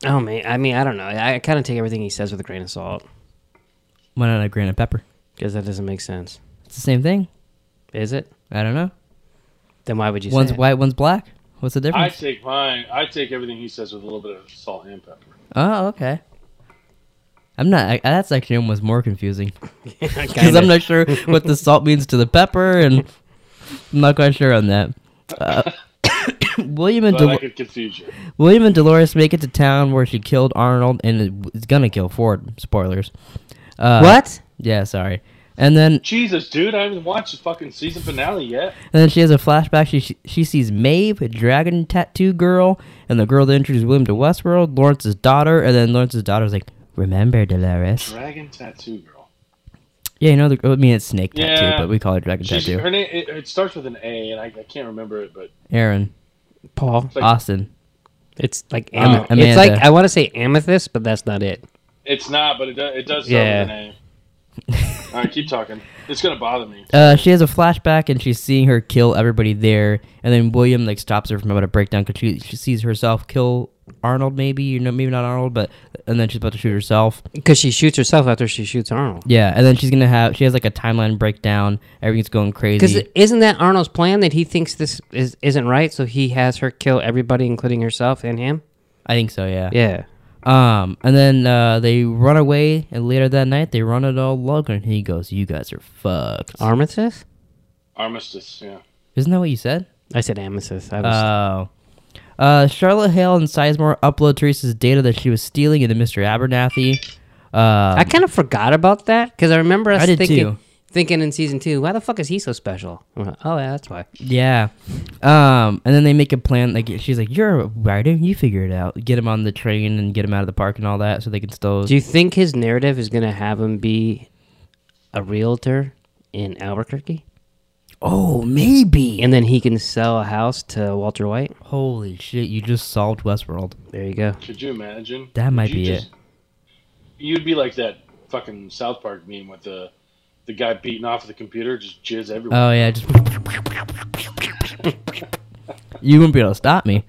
B: Oh man, I mean, I don't know. I, I kind of take everything he says with a grain of salt
A: Why not a grain of pepper?
B: because that doesn't make sense.
A: It's the same thing.
B: Is it?
A: I don't know.
B: Then why would you?
A: one's
B: say it?
A: white, one's black. What's the
C: I
A: difference?
C: take mine. I take everything he says with a little bit of salt and pepper.
A: oh, okay. I'm not. I, that's actually almost more confusing because
B: Kinda.
A: I'm not sure what the salt means to the pepper, and I'm not quite sure on that. Uh, William and
C: But I
A: Del-
C: could confuse you.
A: William and Dolores make it to town where she killed Arnold and is gonna kill Ford. Spoilers. Uh,
B: what?
A: Yeah, sorry. And then
C: Jesus, dude, I haven't watched the fucking season finale yet.
A: And then she has a flashback. She she sees Maeve, a dragon tattoo girl, and the girl that introduced William to Westworld, Lawrence's daughter. And then Lawrence's daughter's like, "Remember Dolores?
C: Dragon tattoo girl.
A: Yeah, you know. The, I mean, it's snake
C: Yeah.
A: tattoo, but we call it dragon
C: She's,
A: tattoo."
C: her name. It, it starts with an A, and I, I can't remember it, but
A: Aaron
B: Paul.
C: Like-
A: Austin.
B: It's like am-
A: Am-
B: it's like
A: Amanda.
B: I want to say amethyst, but that's not it.
C: it's not. But it does. It does start
B: Yeah.
C: with an A. All right, keep talking. It's gonna bother me.
A: Uh, she has a flashback, and she's seeing her kill everybody there. And then William like stops her from about to break down because she she sees herself kill Arnold. Maybe you know, maybe not Arnold, but and then she's about to shoot herself.
B: Because she shoots herself after she shoots Arnold.
A: Yeah, and then she's gonna have she has like a timeline breakdown. Everything's going
B: Because
A: crazy.
B: isn't that Arnold's plan that he thinks this is isn't right, so he has her kill everybody, including herself and him?
A: I think so. Yeah.
B: Yeah.
A: Um, and then uh, they run away, and later that night they run it all Logan, and he goes, "You guys are fucked."
B: Armistice?
C: Armistice. Yeah.
A: Isn't that what you said?
B: I said amethyst. I was
A: Oh. Uh, Charlotte Hale and Sizemore upload Teresa's data that she was stealing into Mr. Abernathy. Uh,
B: I kind of forgot about that because I remember us
A: I did
B: thinking,
A: too.
B: thinking in season two, why the fuck is he so special? I'm like, oh yeah, that's why.
A: yeah. Um, and then they make a plan. Like she's like, "You're a writer. You figure it out. Get him on the train and get him out of the park and all that, so they can still."
B: Do you think his narrative is gonna have him be a realtor in Albuquerque,
A: oh, maybe.
B: and then he can sell a house to Walter White?
A: Holy shit! You just solved Westworld.
B: There you go.
C: Could you imagine?
A: That
C: Would
A: might
C: you
A: be
C: just-
A: it.
C: You'd be like that fucking South Park meme with the the guy beating off the computer, just jizz everywhere.
A: Oh yeah, just you wouldn't be able to stop me.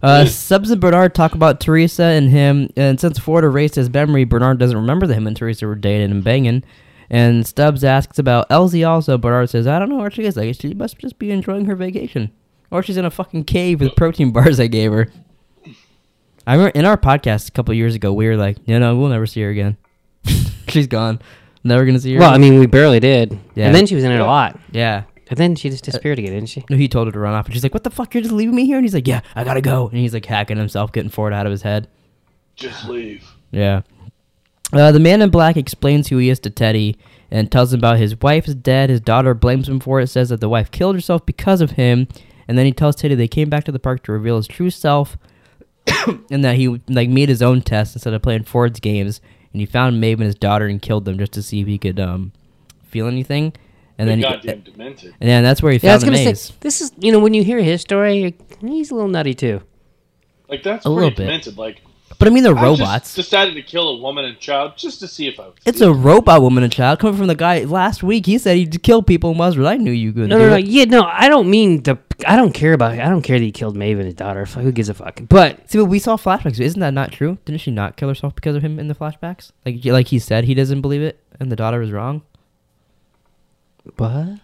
B: Hmm.
A: Uh, Subs and Bernard talk about Teresa and him, and since Ford erased his memory, Bernard doesn't remember that him and Teresa were dating and banging. And Stubbs asks about Elsie also. Bernard says, "I don't know where she is. I guess she must just be enjoying her vacation, or she's in a fucking cave with protein bars I gave her." I remember in our podcast a couple years ago, we were like, "No, no, we'll never see her again. she's gone. Never gonna see her."
B: Well, I
A: again."
B: mean, we barely did,
A: Yeah.
B: and then she was in it
C: Yeah.
B: a lot, Uh,
A: yeah.
B: and then she just disappeared again, didn't she?
A: No, he told her to run off, and she's like, "What the fuck? You're just leaving me here?" And he's like, "Yeah, I gotta go." And he's like hacking himself, getting Ford out of his head.
C: Just leave.
A: Yeah. Uh, the man in black explains who he is to Teddy and tells him about his wife is dead. His daughter blames him for it, says that the wife killed herself because of him, and then he tells Teddy they came back to the park to reveal his true self, and that he like made his own test instead of playing Ford's games, and he found Maeve and his daughter and killed them just to see if he could um feel anything, and then
C: They're
A: he,
C: goddamn
A: and
C: demented.
A: then that's where he
B: Yeah, I
A: found
B: was
A: the
B: gonna
A: maze.
B: say this is you know when you hear his story, you're, he's a little nutty too.
C: Like that's
A: A
C: pretty
A: little bit.
C: demented. Like
A: but I mean, the
C: I just
A: robots.
C: decided to kill a woman and child just to see if I. Would
A: It's
C: see
A: a
C: it.
A: robot woman and child coming from the guy last week. He said he'd kill people in Westworld. I knew you could.
B: No,
A: do
B: no, no.
A: It.
B: Yeah, no. I don't mean the. I don't care about. I don't care that he killed Maeve and his daughter. Fuck, Who gives a fuck? But
A: See, but we saw flashbacks. Isn't that not true? Didn't she not kill herself because of him in the flashbacks? Like, like he said, he doesn't believe it, and the daughter is wrong.
B: what?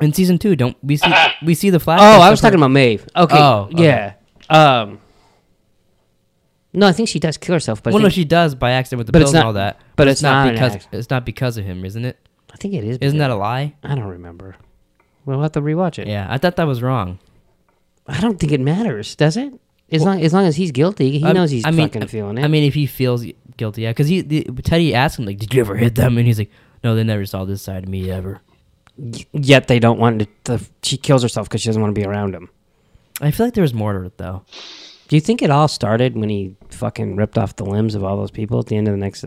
A: In season two, don't we see we see the flashbacks?
B: Oh, I
A: of
B: was
A: her-
B: talking about Maeve. Okay.
A: Oh, okay.
B: yeah. Um. No, I think she does kill herself, but
A: Well,
B: I,
A: no,
B: think,
A: she does by accident with the
B: But it's
A: pills and
B: not-
A: all that.
B: but it's not an
A: because
B: accident.
A: it's not because of him, isn't it?
B: I think it is.
A: Isn't that a lie?
B: I I don't remember. We'll have to rewatch it.
A: Yeah, I thought that was wrong.
B: I don't think it matters, does it? As long as long as he's guilty, he
A: I-
B: knows he's
A: I mean,
B: fucking feeling it.
A: I mean, if he feels guilty, yeah, because he the, Teddy asked him like, "Did you ever hit them?" And he's like, "No, they never saw this side of me ever."
B: Y- yet they don't want to. The, she kills herself because she doesn't want to be around him.
A: I feel like there was more to it though.
B: Do you think it all started when he fucking ripped off the limbs of all those people at the end of the next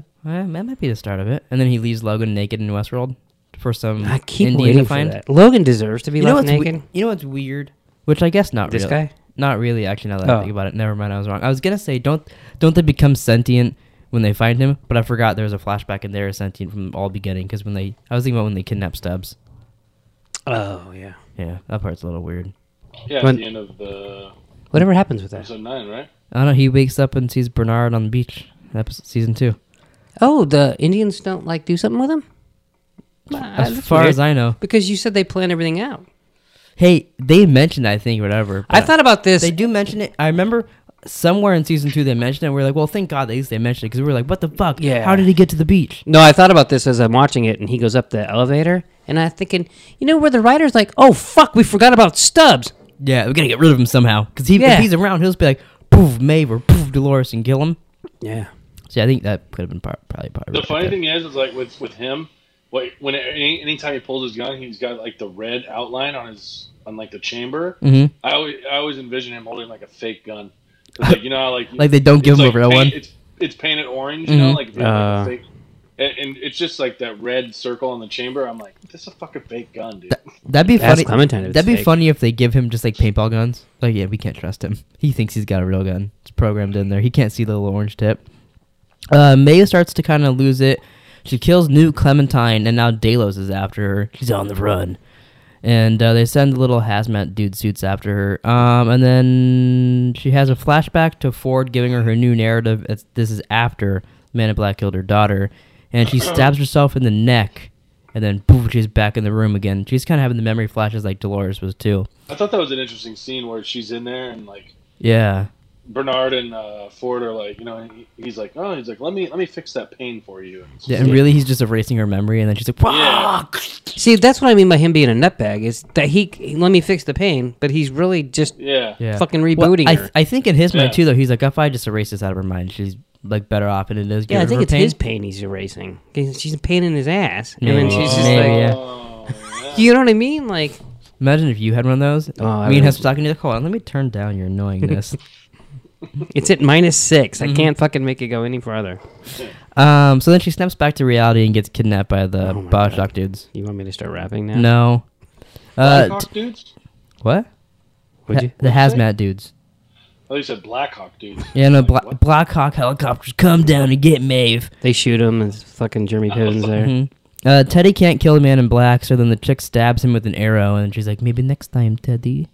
A: Uh, Well, that might be the start of it. And then he leaves Logan naked in Westworld. for some
B: I keep
A: Indian
B: waiting
A: to find.
B: for that. Logan deserves to be
A: You know
B: left
A: what's we-
B: naked.
A: you know what's weird? Which I guess not
B: This
A: really.
B: guy?
A: Not really. Actually, now that I
B: Oh.
A: think about it, never mind. I was wrong. I was gonna say don't don't they become sentient when they find him? But I forgot there was a flashback and they're sentient from the all beginning because when they I was thinking about when they kidnap Stubbs.
B: oh yeah.
A: Yeah, that part's a little weird.
C: Yeah, at
B: When-
C: the end of the
B: Whatever happens with that?
C: episode nine, right?
A: I don't know. He wakes up and sees Bernard on the beach. in Episode season two.
B: Oh, the Indians don't like do something with him. Ah,
A: As
B: that's
A: far
B: weird.
A: as I know,
B: because you said they plan everything out.
A: hey, they mentioned I think whatever.
B: I
A: but-
B: thought about this.
A: They do mention it. I remember somewhere in season two they mentioned it. We are like, well, thank God at least they mentioned it because we were like, what the fuck?
B: Yeah.
A: How did he get to the beach?
B: No, I thought about this as I'm watching it, and he goes up the elevator, and I'm thinking, you know, where the writer's like, "Oh fuck, we forgot about Stubbs."
A: Yeah, we gotta get rid of him somehow because he,
B: Yeah.
A: if he's around, he'll just be like, poof, Maeve or poof, Dolores and kill him.
B: Yeah,
A: So yeah, I think that could have been part, probably part.
C: The funny thing is, is like with with him, like when any, anytime he pulls his gun, he's got like the red outline on his on like the chamber.
A: Mm-hmm.
C: I always I always envision him holding like a fake gun. 'Cause, Like you know, how, like
A: Like they don't give
C: it's,
A: him a
C: like,
A: real
C: paint-
A: one?
C: It's it's painted orange, you know,
A: Mhm.
C: like, if you have,
B: Uh.
C: like a fake, and, and it's just like that red circle on the chamber. I'm like, this is a fucking fake gun, dude.
A: That'd be
B: That's
A: funny.
B: Clementine if it's
A: That'd be
B: fake.
A: funny if they give him just like paintball guns. Like, yeah, we can't trust him. He thinks he's got a real gun. It's programmed in there. He can't see the little orange tip. Uh, Maya starts to kind of lose it. She kills new Clementine, and now Delos is after her. She's on the run, and uh, they send the little hazmat dude suits after her. Um, and then she has a flashback to Ford giving her her new narrative. It's, this is after Man in Black killed her daughter, and she stabs herself in the neck, and then poof, she's back in the room again. She's kind of having the memory flashes like Dolores was too.
C: I thought that was an interesting scene where she's in there and like
A: Yeah,
C: Bernard and uh, Ford are like, you know, he, he's like, oh, he's like, let me let me fix that pain for you. And it's
A: yeah.
C: just
A: And
C: like-
A: really, he's just erasing her memory, and then she's like,
C: Yeah.
B: see, that's what I mean by him being a nutbag is that he, he- let me fix the pain, but he's really just
C: yeah,
A: Yeah.
B: fucking
A: Well,
B: rebooting
A: I,
B: her.
A: I think in his
C: Yeah.
A: mind too, though, he's like, if I just erase this out of her mind, she's like better off, and it is.
B: yeah, I
A: give
B: think
A: her
B: it's
A: pain.
B: his pain he's erasing. 'Cause She's a pain in his ass, and then
A: Maybe.
B: she's just
A: Maybe,
B: like,
A: yeah.
C: Oh, yeah.
B: you know what I mean? Like,
A: Imagine if you had one of those.
B: Oh, I
A: Me
B: would-
A: and Hester talking to the hold on, let me turn down your annoyingness.
B: it's at minus six. I can't fucking make it go any farther.
A: um, so then she snaps back to reality and gets kidnapped by the
B: Oh my
A: Bioshock
B: God.
A: dudes.
B: You want me to start rapping now?
A: No. Uh,
C: Blackhawk dudes?
A: t- what?
B: Would
A: Ha-
B: you?
A: The
C: What'd you
A: hazmat dudes.
C: Oh, you said Blackhawk dudes.
A: Yeah, no,
C: Like,
A: Bla-
C: what?
A: Black Hawk helicopters come down and get Maeve.
B: They shoot him, and it's fucking Jeremy Piven's there.
A: Mhm. Uh, Teddy can't kill the man in black, so then the chick stabs him with an arrow, and she's like, maybe next time, Teddy.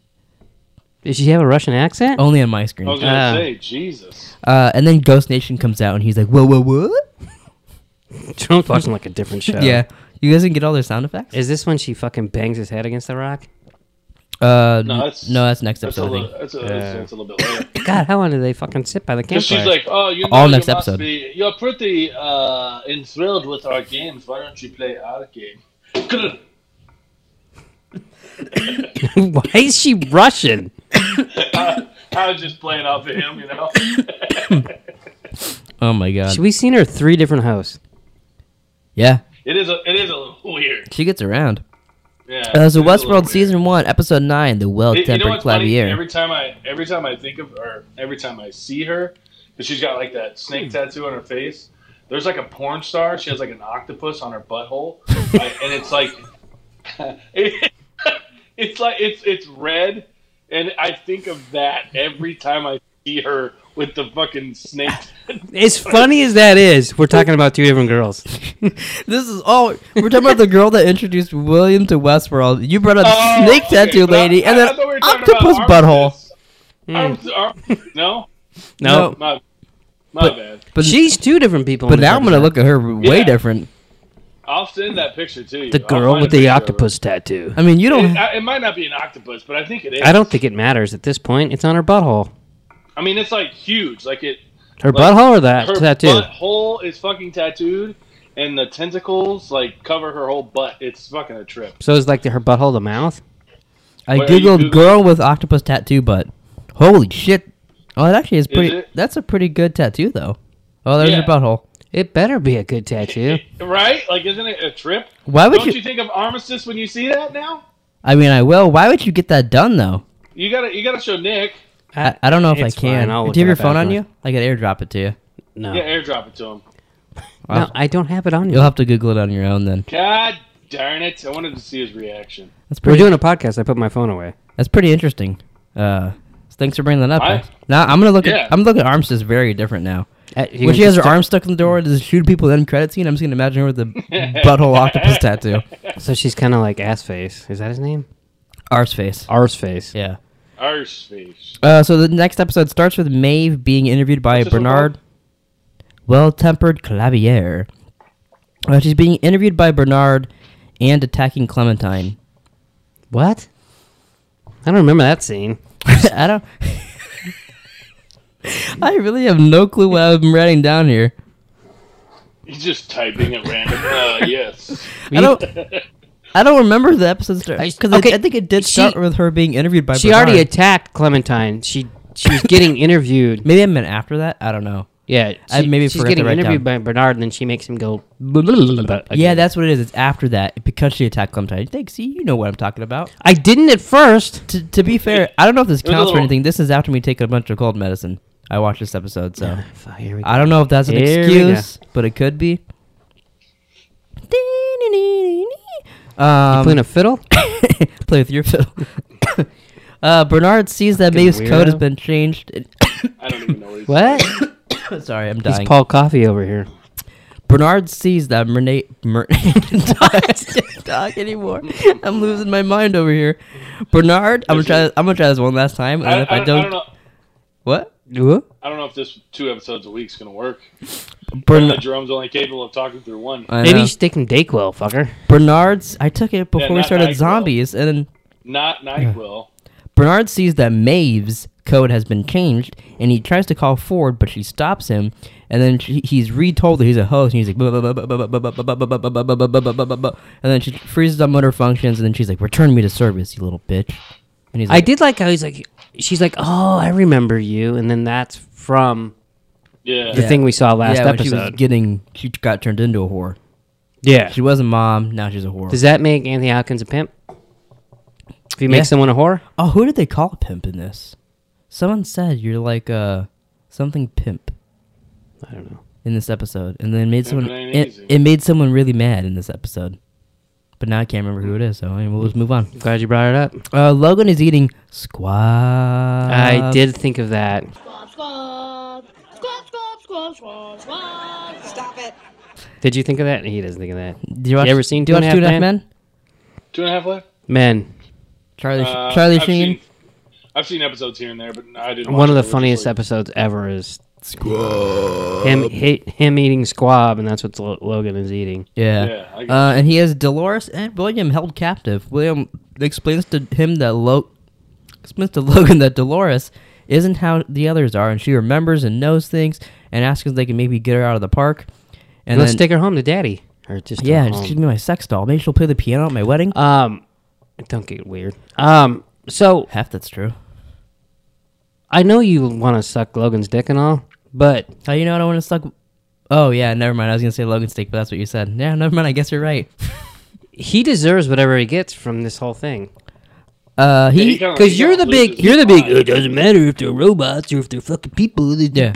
B: Did she have a Russian accent?
A: Only on my
C: I was
A: screen.
C: gonna
B: Ah.
C: say Jesus.
A: Uh, and then Ghost Nation comes out, and he's like, whoa, whoa, what?
B: Trump's watching like a different show.
A: Yeah. You guys didn't get all their sound effects?
B: Is this when she fucking bangs his head against the rock?
A: Uh,
C: No,
A: n-
C: that's-
A: no, that's next
C: That's a
A: episode. I
C: little.
A: think.
C: That's a,
B: Yeah.
C: that's, that's a little bit later.
B: God, how long did they fucking sit by the campfire?
C: Because she's like, oh, you know,
A: All next
C: you must
A: episode.
C: Be, you're pretty uh, enthralled with our games. Why don't you play our game?
B: why is she Russian?
C: I was just playing off of him, you know.
A: Oh my god.
B: She, we seen her three different hosts.
A: yeah,
C: it is a it is a little weird.
A: she gets around.
C: Yeah.
A: Uh, so
C: it is a little
A: Westworld season one, episode nine, the
C: weird. It- you know
A: well-tempered
C: what's funny?
A: clavier.
C: Every time I every time I think of or every time I see her, because she's got like that snake
A: Hmm.
C: tattoo on her face. There's like a porn star. She has like an octopus on her butthole, I- and it's like, it- it's like it's it's red, and I think of that every time I see her with the fucking snake.
B: As funny as that is, we're talking about two different girls.
A: this is all we're talking about. The girl that introduced William to Westworld. You brought up
C: Oh,
A: snake
C: okay,
A: tattoo
C: but I-
A: lady,
C: I-
A: and
C: I
A: then
C: thought we were talking about
A: octopus butthole.
C: armpits. Arms- arm- no,
B: No,
A: No.
C: my, my bad.
A: But
B: she's two different people.
A: but
B: in this
A: now I'm gonna
B: episode.
A: look at her way
C: Yeah.
A: different.
C: I'll send that picture to you.
B: the
C: I'll
B: girl
C: find
B: with
C: a
B: the
C: picture of her.
B: octopus tattoo.
A: I mean, you don't.
C: It, I- it might not be an octopus, but I think it is.
B: I don't think it matters at this point. It's on her butthole.
C: I mean, it's like huge. Like it.
B: Her
C: Like,
B: butthole or that
C: Her
B: tattoo?
C: butthole is fucking tattooed, and the tentacles like cover her whole butt. It's fucking a trip.
B: So it's like the, her butthole, the mouth.
A: I
C: Wait, are you
A: googled
C: Googling?
A: girl with octopus tattoo butt. Holy shit! Oh, it actually is pretty.
C: it?
A: That's a pretty good tattoo though. Oh, there's
C: Yeah.
A: your butthole.
B: It better be a good tattoo.
C: Right? Like, isn't it a trip?
A: Why would
C: Don't you, think of armistice when you see that now?
A: I mean, I will. Why would you get that done though?
C: You gotta, you gotta show Nick.
A: I, I don't know if I
B: It's
A: can.
B: fine, I'll look
A: Do you
B: it
A: have your
B: up
A: phone on you?
B: afterwards.
A: I could airdrop it to you.
B: No,
C: Yeah, airdrop it to him.
B: no, I don't have it on.
A: You'll have to Google it on your own then.
C: God darn it! I wanted to see his reaction.
A: That's pretty.
B: We're doing a podcast. I put my phone away.
A: That's pretty interesting. Uh, thanks for bringing that up.
C: I-
A: man. now I'm gonna look
C: Yeah.
A: at I'm looking at arms just very different now.
B: Uh, you
A: when
B: can
A: she has her
B: just-
A: arm stuck in the door to shoot people in the credit scene, I'm just gonna imagine her with the butthole octopus tattoo.
B: So she's kind of like ass face. Is that his name?
A: Arse face.
B: Arse face.
A: Yeah.
C: Our space.
A: Uh, so the next episode starts with Maeve being interviewed by
C: What's this one
A: Bernard, well-tempered Clavier. Uh, she's being interviewed by Bernard and attacking Clementine.
B: What? I don't remember that scene.
A: I don't. I really have no clue what I'm writing down here.
C: He's just typing at random. Uh, yes.
A: I don't. I don't remember the episode start
B: I-
A: because
B: okay,
A: I, think it did
B: she-
A: start with her being interviewed by.
B: She
A: Bernard.
B: already attacked Clementine. She she's getting interviewed.
A: Maybe I meant after that. I don't know.
B: Yeah, she,
A: I maybe
B: she's
A: forgot to
B: getting
A: write
B: interviewed by Bernard, and then she makes him go.
A: Yeah, that's what it is. It's after that because she attacked Clementine. Thanks. See, you know what I'm talking about.
B: I didn't at first.
A: To, to be fair, I don't know if this
C: was a
A: counts for
C: little-
A: anything. This is after me taking a bunch of cold medicine. I watched this episode, so
B: Ah, Fuck, here we go.
A: I don't know if that's an
B: Here we go.
A: excuse, but it could be.
B: You
A: Um,
B: playing a fiddle?
A: play with your fiddle. uh, Bernard sees that
B: Fucking
A: Maeve's coat has
B: weirdo.
A: been changed.
C: I don't even know what he's
B: What?
A: Sorry, I'm
B: He's
A: dying.
B: Paul Coffee over here.
A: Bernard sees that Renee. Mer- I can't talk anymore. I'm losing my mind over here. Bernard, I'm gonna try. I'm gonna try this one last time, and
C: I,
A: if I,
C: I,
A: don't,
C: I don't know.
A: what?
C: I don't know if this two episodes a week's gonna work. The
A: Bernard.
C: Jerome's only capable of talking through one.
B: Maybe you should take him Dayquil, fucker.
A: Bernard's. I took it before we
C: not
A: started
C: NyQuil.
A: zombies, and then
C: Not Nyquil.
A: Bernard sees that Maeve's code has been changed, and he tries to call Ford, but she stops him. And then she, he's retold that he's a host, and he's like, "Buh, buh, buh, buh, buh, buh, buh, buh, buh, buh, buh, buh, buh, buh, buh, buh, buh, buh." and then she freezes up motor functions, and then she's like, "Return me to service, you little bitch." And he's
B: I
A: like,
B: did like how he's like, she's like, oh, I remember you, and then that's from
C: Yeah.
B: the thing we saw last
A: yeah, when she was
B: episode.
A: getting, she got turned into a whore.
B: yeah.
A: She was a mom, now she's a whore.
B: Does that make Anthony Hopkins a pimp? If you make
A: Yeah.
B: someone a whore,
A: oh, who did they call a pimp in this? Someone said you're like uh something pimp
B: I don't know.
A: in this episode, and then made someone
C: ain't
A: it,
C: easy.
A: it made someone really mad in this episode. But now I can't remember who it is, so I mean, we'll just move on.
B: Glad you brought it up.
A: Uh, Logan is eating squab.
B: I did think of that.
D: Squab, squab, squab, squab, squab, squab, squab. Stop it.
B: Did you think of that? He doesn't think of that.
A: Do you, watch,
B: ever seen
A: do you
B: Two
A: watch
B: and a Half Men?
C: Two and a half left.
B: Men,
A: Charlie Sh-
C: Uh,
A: Charlie
C: I've
A: Sheen.
C: Seen, I've seen episodes here and there, but I didn't.
B: one
C: watch
B: of the
C: it.
B: funniest
C: Like,
B: episodes ever is squab. Him, he, him eating squab, and that's what Lo- Logan is eating.
A: Yeah.
C: Yeah, I get
A: uh, and he has Dolores and William held captive. William explains to him that Lo- explains to Logan that Dolores isn't how the others are, and she remembers and knows things, and asks if they can maybe get her out of the park. And
B: Let's
A: then,
B: take her home to daddy, or just
A: yeah,
B: home.
A: just give me my sex doll. Maybe she'll play the piano at my wedding.
B: Um, don't get weird. Um, so
A: Half that's true.
B: I know you want to suck Logan's dick and all, but
A: How you know I don't want to suck? Oh yeah, never mind. I was gonna say Logan steak, but that's what you said. Yeah, never mind. I guess you're right.
B: he deserves whatever he gets from this whole thing.
A: Uh,
C: he
A: he
C: kinda-
B: Because
C: Oh, he
B: you're
C: kinda
B: the big,
C: loses
B: you're the
C: his
B: big.
C: mind.
B: It doesn't matter if they're robots or if they're fucking people.
A: Yeah.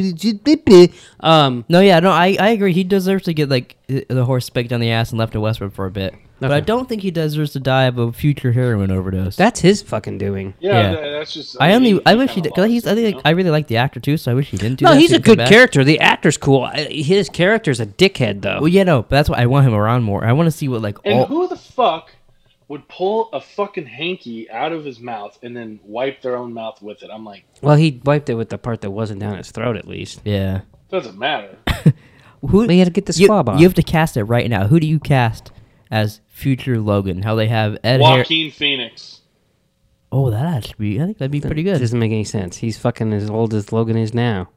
B: Um,
A: No, yeah, no, I, I agree. He deserves to get like i- the horse spiked on the ass and left to Westwood for a bit, but I
B: Okay.
A: don't think he deserves to die of a future heroin overdose.
B: that's his fucking doing.
A: yeah.
C: Yeah, tha- that's just.
A: I
C: mean,
A: only,
C: he-
A: I
C: he
A: wish he
C: kinda
A: did. Cause he's, I
C: lost it,
A: think,
C: you
A: I really like the actor too, so I wish he didn't do
B: No,
A: that.
B: he's
A: so
B: a
A: he'd come
B: good
A: back.
B: character. The actor's cool. I, his character's a dickhead though.
A: Well, yeah, no, but that's why I want him around more. I want to see what like
C: know?
A: all.
C: And who the fuck would pull a fucking hanky out of his mouth and then wipe their own mouth with it? I'm like,
B: Well, he wiped it with the part that wasn't down his throat, at least.
A: yeah,
C: doesn't matter.
A: who?
B: But he had to get the
A: you,
B: squab off.
A: you have to cast it right now. Who do you cast as future Logan? How they have Ed? Har-
C: Joaquin Phoenix.
A: oh, that actually, I think that'd be pretty good.
B: Doesn't make any sense. He's fucking as old as Logan is now.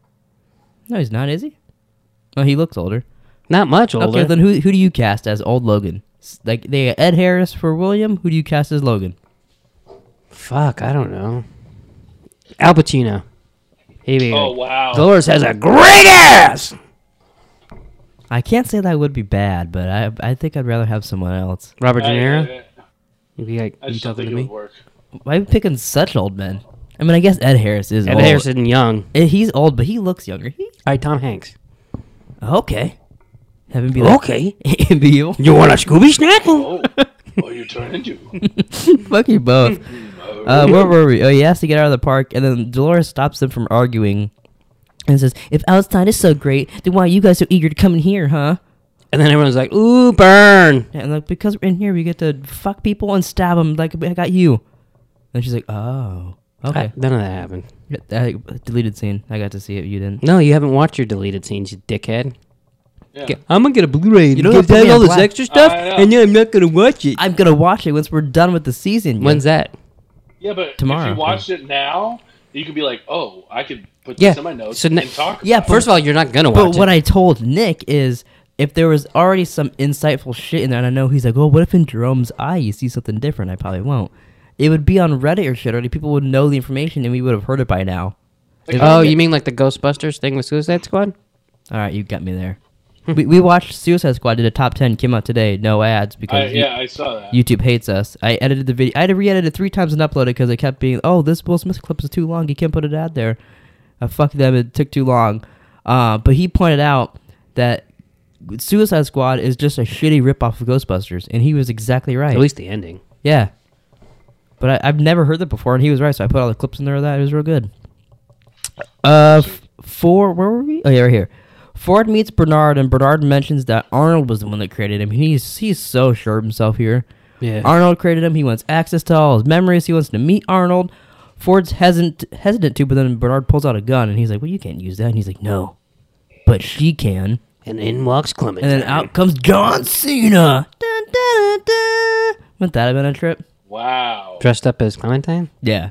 A: No, he's not, is he? No, he looks older.
B: Not much older.
A: Okay, then who who do you cast as old Logan? S- Like they got Ed Harris for William. Who do you cast as Logan?
B: Fuck, I don't know. Al Pacino. He'd be
C: Oh
B: like,
C: wow.
B: Dolores has a great ass.
A: I can't say that would be bad, but I I think I'd rather have someone else.
B: Robert De
C: I,
B: Niro.
C: I,
B: He'd be like,
C: I
B: you
C: just don't
B: talking
C: think
B: to
C: it would
B: me?
C: work.
A: Why are we picking such old men? I mean, I guess Ed Harris is
B: Ed
A: old.
B: Harrison Young.
A: Eh, He's old, but he looks younger. He,
B: All right, Tom Hanks.
A: okay. Have him be like,
B: Okay.
A: be you.
B: You want a Scooby snack?
C: Oh, Oh, you turn into.
A: Fuck you both. Uh, where were we? Oh, he has to get out of the park, and then Dolores stops them from arguing and says, If outside is so great, then why are you guys so eager to come in here, huh?
B: And then everyone's like, "Ooh, burn!"
A: And like, because we're in here, we get to fuck people and stab them like I got you. And she's like, Oh, okay.
B: None of that happened.
A: I, deleted scene. I got to see it. You didn't.
B: No, you haven't watched your deleted scenes, you dickhead.
C: Yeah.
B: Get- I'm gonna get a Blu-ray. You
A: don't
B: know,
A: have to put
B: get
A: me
B: all
A: on
B: this
A: blast.
B: extra stuff,
C: I know.
B: and then I'm not gonna watch it.
A: I'm gonna watch it once we're done with the season.
B: When's that?
C: Yeah, but
A: Tomorrow,
C: if you watched it now, you could be like, oh, I could put
B: Yeah.
C: this in my notes
B: So ne-
C: and talk.
A: Yeah,
C: about it.
B: First of all, you're not gonna watch
A: But what I told Nick is if there was already some insightful shit in there, and I know he's like, well, what if in Jerome's eye you see something different? I probably won't. It would be on Reddit or shit already. People would know the information and we would have heard it by now.
B: it. Oh, you mean like the Ghostbusters thing with Suicide Squad?
A: All right, you got me there. we, we watched Suicide Squad, did a top 10, came out today. No ads because
C: I,
B: Uh,
A: you-
C: yeah, I saw that.
A: YouTube hates us. I edited the video. I had to re-edit it three times and upload it because it kept being, "Oh, this Will Smith clip is too long. You can't put it out there." I fucked them. It took too long. Uh, but he pointed out that Suicide Squad is just a shitty ripoff of Ghostbusters, and he was exactly right.
B: At least the ending.
A: yeah. But I, I've never heard that before, and he was right. So I put all the clips in there. Of that it was real good. Uh, f- four. Where were we? Oh yeah, right here. Ford meets Bernard, and Bernard mentions that Arnold was the one that created him. He's he's so sure of himself here.
B: Yeah.
A: Arnold created him. He wants access to all his memories. He wants to meet Arnold. Ford's hesitant, hesitant to, but then Bernard pulls out a gun and he's like, "Well, you can't use that." And he's like, "No, but she can."
B: and in walks Clementine.
A: And then out comes John Cena. Dun, dun, dun, dun. Wouldn't that have been a trip?
C: wow.
B: dressed up as Clementine.
A: Yeah,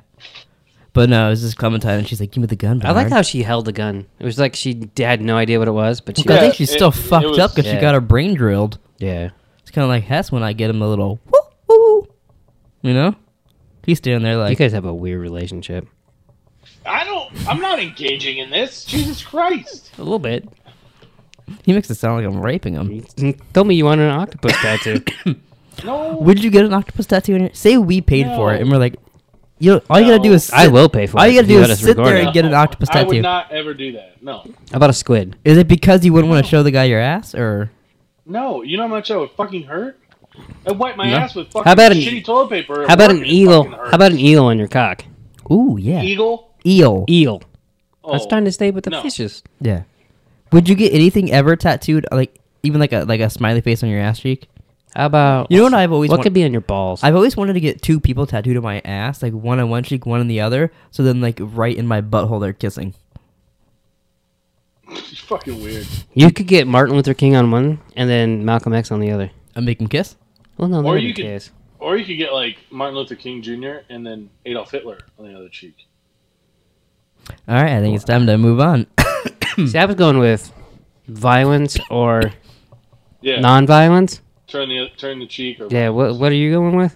A: but no, it's just Clementine, and she's like, "Give me the gun."
B: I
A: Bernard.
B: like how she held the gun. It was like she had no idea what it was, but she
A: I think
C: Yeah,
A: she's
C: it-
A: still
C: it
A: fucked
C: was-
A: up because she
B: Yeah.
A: got her brain drilled.
B: yeah.
A: It's kind of like Hess when I get him a little woo woo, you know. He's standing there
B: You
A: like,
B: guys have a weird relationship.
C: I don't. I'm not engaging in this. Jesus Christ.
B: A little bit.
A: he makes it sound like I'm raping him.
B: Told me you wanted an octopus tattoo.
C: No.
A: Would you get an octopus tattoo? In your, say we paid for it,
C: No.
A: and we're like, you. Know, all you gotta do
C: No.
A: is. Sit,
B: I will pay for
A: All
B: it.
A: you gotta
B: if
A: do is
B: let us
A: sit
B: record
A: there
B: it.
A: and get an octopus
C: I would
A: tattoo.
C: not ever do that. No.
B: How about a squid?
A: Is it because you wouldn't want to show the guy your ass, or
C: No. You know how much I would fucking hurt? I'd wipe my
B: No.
C: ass with fucking
B: How about an-
C: shitty toilet paper. at
B: How about
C: work
B: an
C: and it
B: eagle?
C: fucking hurts.
B: How about an e- eel on your cock?
A: ooh
B: E-
A: yeah,
C: eagle?
A: eel.
B: Eel.
C: Oh.
B: I was trying to stay with the
C: No.
B: fishes.
A: Yeah. Would you get anything ever tattooed, like even like a like a smiley face on your ass cheek?
B: How about
A: You know what I've always
B: what
A: want-
B: could be on your balls?
A: I've always wanted to get two people tattooed on my ass, like one on one cheek, one on the other. So then, like right in my butthole, they're kissing.
C: It's fucking weird.
B: you could get Martin Luther King on one and then Malcolm X on the other.
A: And make them kiss.
B: Well, no,
C: Or
B: they're
C: you
B: the
C: could-
B: case.
C: Or you could get like Martin Luther King Jr. and then Adolf Hitler on the other cheek.
A: All right, I think it's time to move on.
B: See, I was going with violence or
C: Yeah.
B: non-violence.
C: turn the turn the cheek or
B: Yeah. What What are you going with?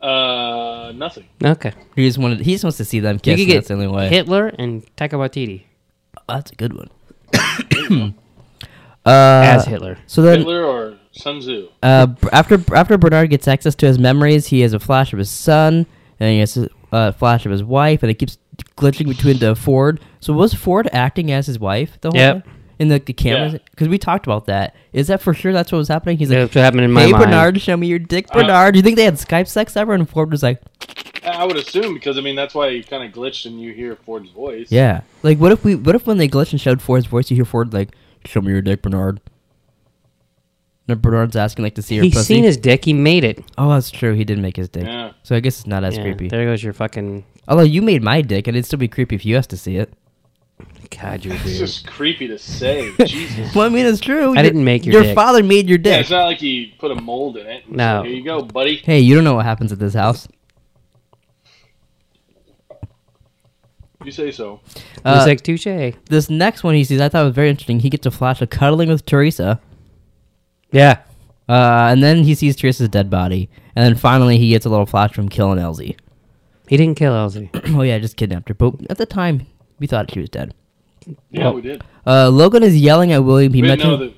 C: Uh, nothing.
B: Okay.
A: he just wanted. He just wants to see them kiss.
B: you
A: and
B: could get
A: that's the only way.
B: Hitler and Taika Waititi
A: Oh, that's a good one. uh,
B: as Hitler.
A: so then,
C: Hitler or Sun Tzu.
A: uh, b- after after Bernard gets access to his memories, he has a flash of his son, and he has a uh, flash of his wife, and it keeps glitching between the Ford. So was Ford acting as his wife the whole
B: Yep.
A: time? In the, the cameras?
C: Yeah.
A: Because we talked about that. Is that for sure that's what was happening? He's like,
B: That's what happened in my
A: hey,
B: mind. Uh,
A: Bernard, show me your dick, Bernard. Do you think they had Skype sex ever? And Ford was like,
C: I I would assume because I mean that's why he kind of glitched and you hear Ford's voice.
A: yeah. Like, what if we? What if when they glitched and showed Ford's voice, you hear Ford like, show me your dick, Bernard. And Bernard's asking like to see her
B: He's
A: pussy.
B: seen his dick. He made it.
A: oh, that's true. He did make his dick.
C: Yeah.
A: So I guess it's not as
B: Yeah,
A: creepy.
B: There goes your fucking
A: Although you made my dick, and it'd still be creepy if you asked to see it.
B: God, you're
C: It's
B: weird.
C: just creepy to say. Jesus.
A: Well, I mean, it's true.
B: I didn't make your
A: Your
B: dick.
A: father made your
C: Yeah,
A: dick.
C: it's not like he put a mold in it. and
B: No.
C: said, Here you go, buddy.
A: hey, you don't know what happens at this house.
C: You say so.
A: Uh,
B: it's like touche.
A: This next one he sees, I thought was very interesting. He gets a flash of cuddling with Teresa,
B: Yeah.
A: uh, and then he sees Teresa's dead body, and then finally he gets a little flash from killing Elsie.
B: He didn't kill Elsie.
A: oh yeah, just kidnapped her. But at the time, we thought she was dead.
C: Yeah,
A: Well,
C: we did.
A: Uh, Logan is yelling at William. He
C: We didn't
A: mentioned
C: know that.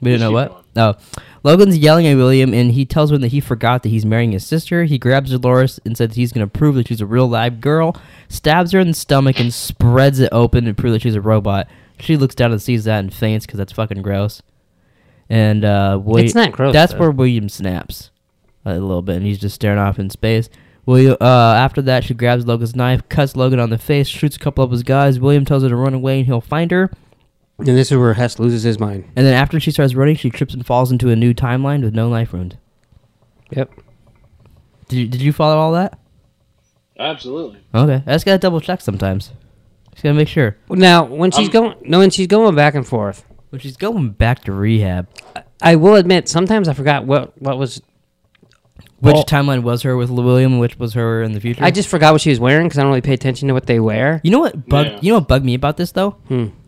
A: we didn't
C: Just
A: know
C: keep
A: what. No, Logan's yelling at William, and he tells him that he forgot that he's marrying his sister. He grabs Dolores and says he's going to prove that she's a real live girl. Stabs her in the stomach and spreads it open to prove that she's a robot. She looks down and sees that and faints because that's fucking gross. and uh, William,
B: It's not gross,
A: That's
B: though.
A: where William snaps a little bit, and he's just staring off in space. William. Uh, after that, she grabs Logan's knife, cuts Logan on the face, shoots a couple of his guys. William tells her to run away, and he'll find her.
B: And this is where Hess loses his mind.
A: And then after she starts running, she trips and falls into a new timeline with no life wound.
B: Yep.
A: Did you, did you follow all that?
C: Absolutely.
A: Okay, I just gotta double check sometimes. Just gotta make sure.
B: Now, when she's
C: Um,
B: going, no, when she's going back and forth,
A: But she's going back to rehab.
B: I will admit sometimes I forgot what what was.
A: Which
B: Well-
A: timeline was her with William? and Which was her in the future?
B: I just forgot what she was wearing because I don't really pay attention to what they wear.
A: You know what bug?
C: Yeah.
A: You know what bugged me about this though?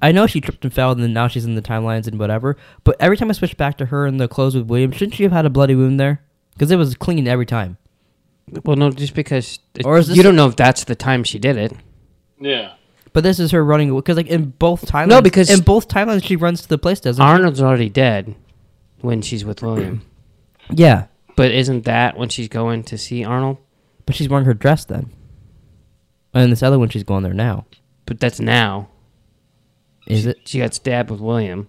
A: I know she tripped and fell, and then now she's in the timelines and whatever. But every time I switch back to her in the clothes with William, shouldn't she have had a bloody wound there? Because it was clean every time.
B: Well, no, just because it-
A: Or is this Mm-hmm.
B: you don't know if that's the time she did it.
C: Yeah.
A: But this is her running because, like, in both timelines,
B: because-
A: in both timelines she runs to the place, doesn't? she?
B: Arnold's already dead when she's with William,
A: Yeah,
B: but isn't that when she's going to see Arnold?
A: but she's wearing her dress then. And this other one, she's going there now.
B: But that's now.
A: Is it?
B: She got stabbed with William.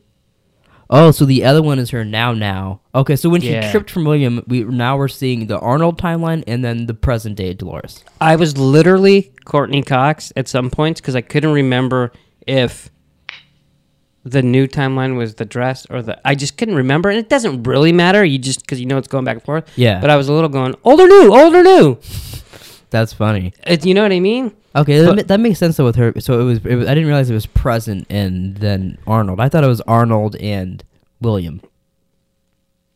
A: Oh, so the other one is her now now. Okay, so when she
B: Yeah.
A: tripped from William, we now we're seeing the Arnold timeline and then the present day Dolores.
B: I was literally Courtney Cox at some points because I couldn't remember if the new timeline was the dress or the. I just couldn't remember, and it doesn't really matter. You just because you know it's going back and forth.
A: Yeah.
B: But I was a little going old or new, old or new.
A: That's funny.
B: It, you know what I mean?
A: Okay, that,
B: But-
A: ma- that makes sense though with her. So it was, it was. I didn't realize it was present and then Arnold. I thought it was Arnold and William.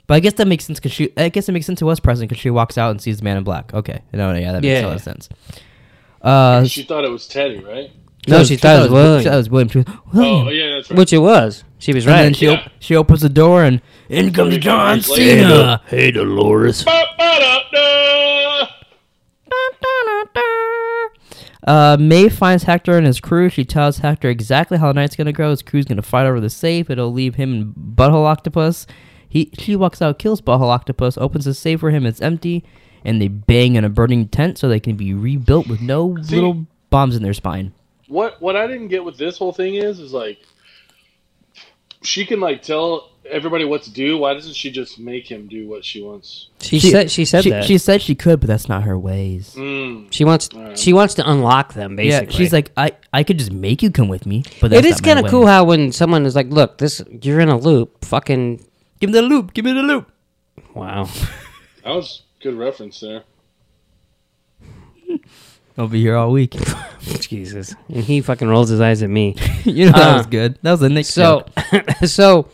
A: But I guess that makes sense because she. I guess it makes sense it was present because she walks out and sees the man in black. Okay, no, yeah, that makes a lot
B: Yeah.
A: of sense. Uh,
C: She thought it was Teddy, right?
B: No, she thought it was William,
A: She thought it was William. She was, William.
C: Oh, yeah, that's right.
B: which it was. She was
A: And
B: right.
A: then she op- she opens the door and in comes John
C: It's later.
A: Cena. Hey, Dolores.
C: Ba-ba-da-da!
A: Uh, May finds Hector and his crew. She tells Hector exactly how the night's gonna go. His crew's gonna fight over the safe. It'll leave him and Butthole Octopus. He she walks out, kills Butthole Octopus, opens the safe for him. It's empty, and they bang in a burning tent so they can be rebuilt with no
C: See-
A: little bombs in their spine.
C: what what I didn't get with this whole thing is is like she can like tell everybody what to do. Why doesn't she just make him do what she wants?
B: she, said. She said
A: she,
B: that
A: she said she could, but that's not her ways.
C: Mm.
B: she wants. She wants to unlock them. Basically,
A: Yeah, she's like, I, I could just make you come with me, but that's
B: It is kind of cool how when someone is like, "Look, this you're in a loop." Fucking
A: give me the loop, give me the loop.
B: wow.
C: That was good reference there.
A: I'll be here all week.
B: Jesus. And he fucking rolls his eyes at me.
A: you know that
B: Uh,
A: was good. That was the next
B: So,
A: joke.
B: so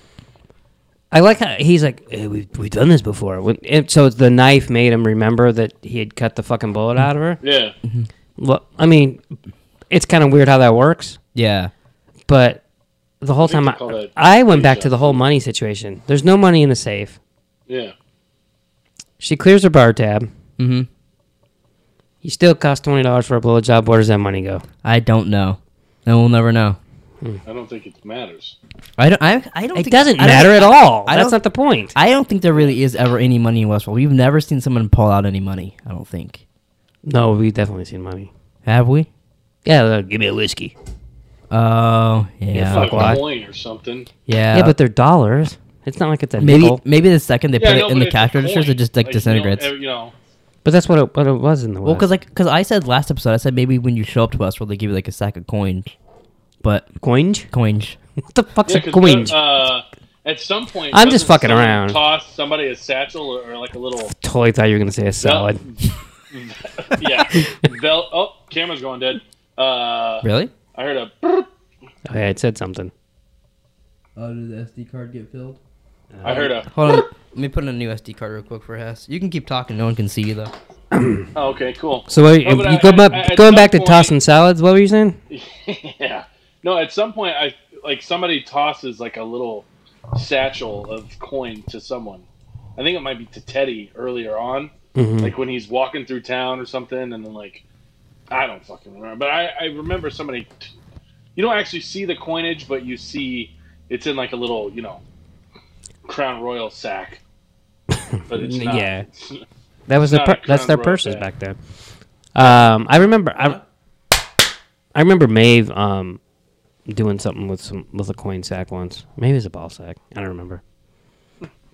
B: I like how he's like, "Eh, we've, we've done this before. When- And so the knife made him remember that he had cut the fucking bullet out of her.
C: Yeah,
A: Mm-hmm.
B: Well, I mean, it's kind of weird how that works,
A: Yeah,
B: but the whole time
C: think they
B: I,
C: call that
B: I went back
C: shot.
B: to the whole money situation. There's no money in the safe.
C: yeah.
B: She clears her bar tab.
A: Mhm.
B: You still cost $20 for a blowjob. Where does that money go?
A: I don't know, and we'll never know.
C: I don't think it matters.
A: I don't. I, I don't.
B: It
A: think,
B: doesn't
A: I don't-
B: matter at all.
A: I
B: That's
A: don't-
B: not the point.
A: I don't think there really is ever any money in Westworld. We've never seen someone pull out any money. I don't think.
B: No, we definitely seen money.
A: Have we?
B: Yeah, they'll give me a whiskey.
A: Oh yeah, yeah.
B: fuck
C: Like
B: why?
C: a coin or something.
B: yeah, but they're dollars. It's not like it's a
A: maybe
B: nickel.
A: maybe the second they put
C: I
A: it
C: know,
A: in
C: but
A: the
C: it's a
A: cash registers,
C: coin.
A: it just like,
C: you know,
A: disintegrates.
C: ev- You know,
B: But that's what it, what it was in the
A: Well,
B: West.
A: because like, because I said last episode, I said maybe when you show up to Westworld, they give you like a sack of coins, but
B: coinage.
A: coins.
B: What the fuck's
C: Yeah,
B: a
C: 'cause,
B: coinage?
C: uh, at some point,
B: I'm just
C: doesn't
B: fucking
C: someone
B: around.
C: Toss somebody a satchel or, or like a little
B: totally thought you were gonna say a salad.
C: yeah. Vel- oh, camera's going dead. Uh,
A: Really?
C: I heard a. burp.
B: Oh, yeah, it said something.
A: Oh, did the SD card get filled?
C: I heard a.
A: Hold on. Let me put in a new SD card real quick for Hess. You can keep talking. No one can see you though.
C: Oh, okay, cool.
B: So what,
C: No, but
B: you
C: I-
B: go
C: I-
B: back,
C: I- at
B: going
C: some
B: back to
C: point-
B: tossing salads. What were you saying?
C: yeah. No, at some point, I like somebody tosses like a little satchel of coin to someone. I think it might be to Teddy earlier on,
B: Mm-hmm. Hmm.
C: like when he's walking through town or something, and then like I don't fucking remember, but I, I remember somebody. T- you don't actually see the coinage, but you see it's in like a little, you know, crown royal sack. But it's not.
B: Yeah. That was their
C: not
B: per-
C: a
B: that's their
C: crown roll
B: purses back
C: bag.
B: then. Um, I remember I, I remember Maeve um, doing something with some with a coin sack once. Maybe it was a ball sack. I don't remember.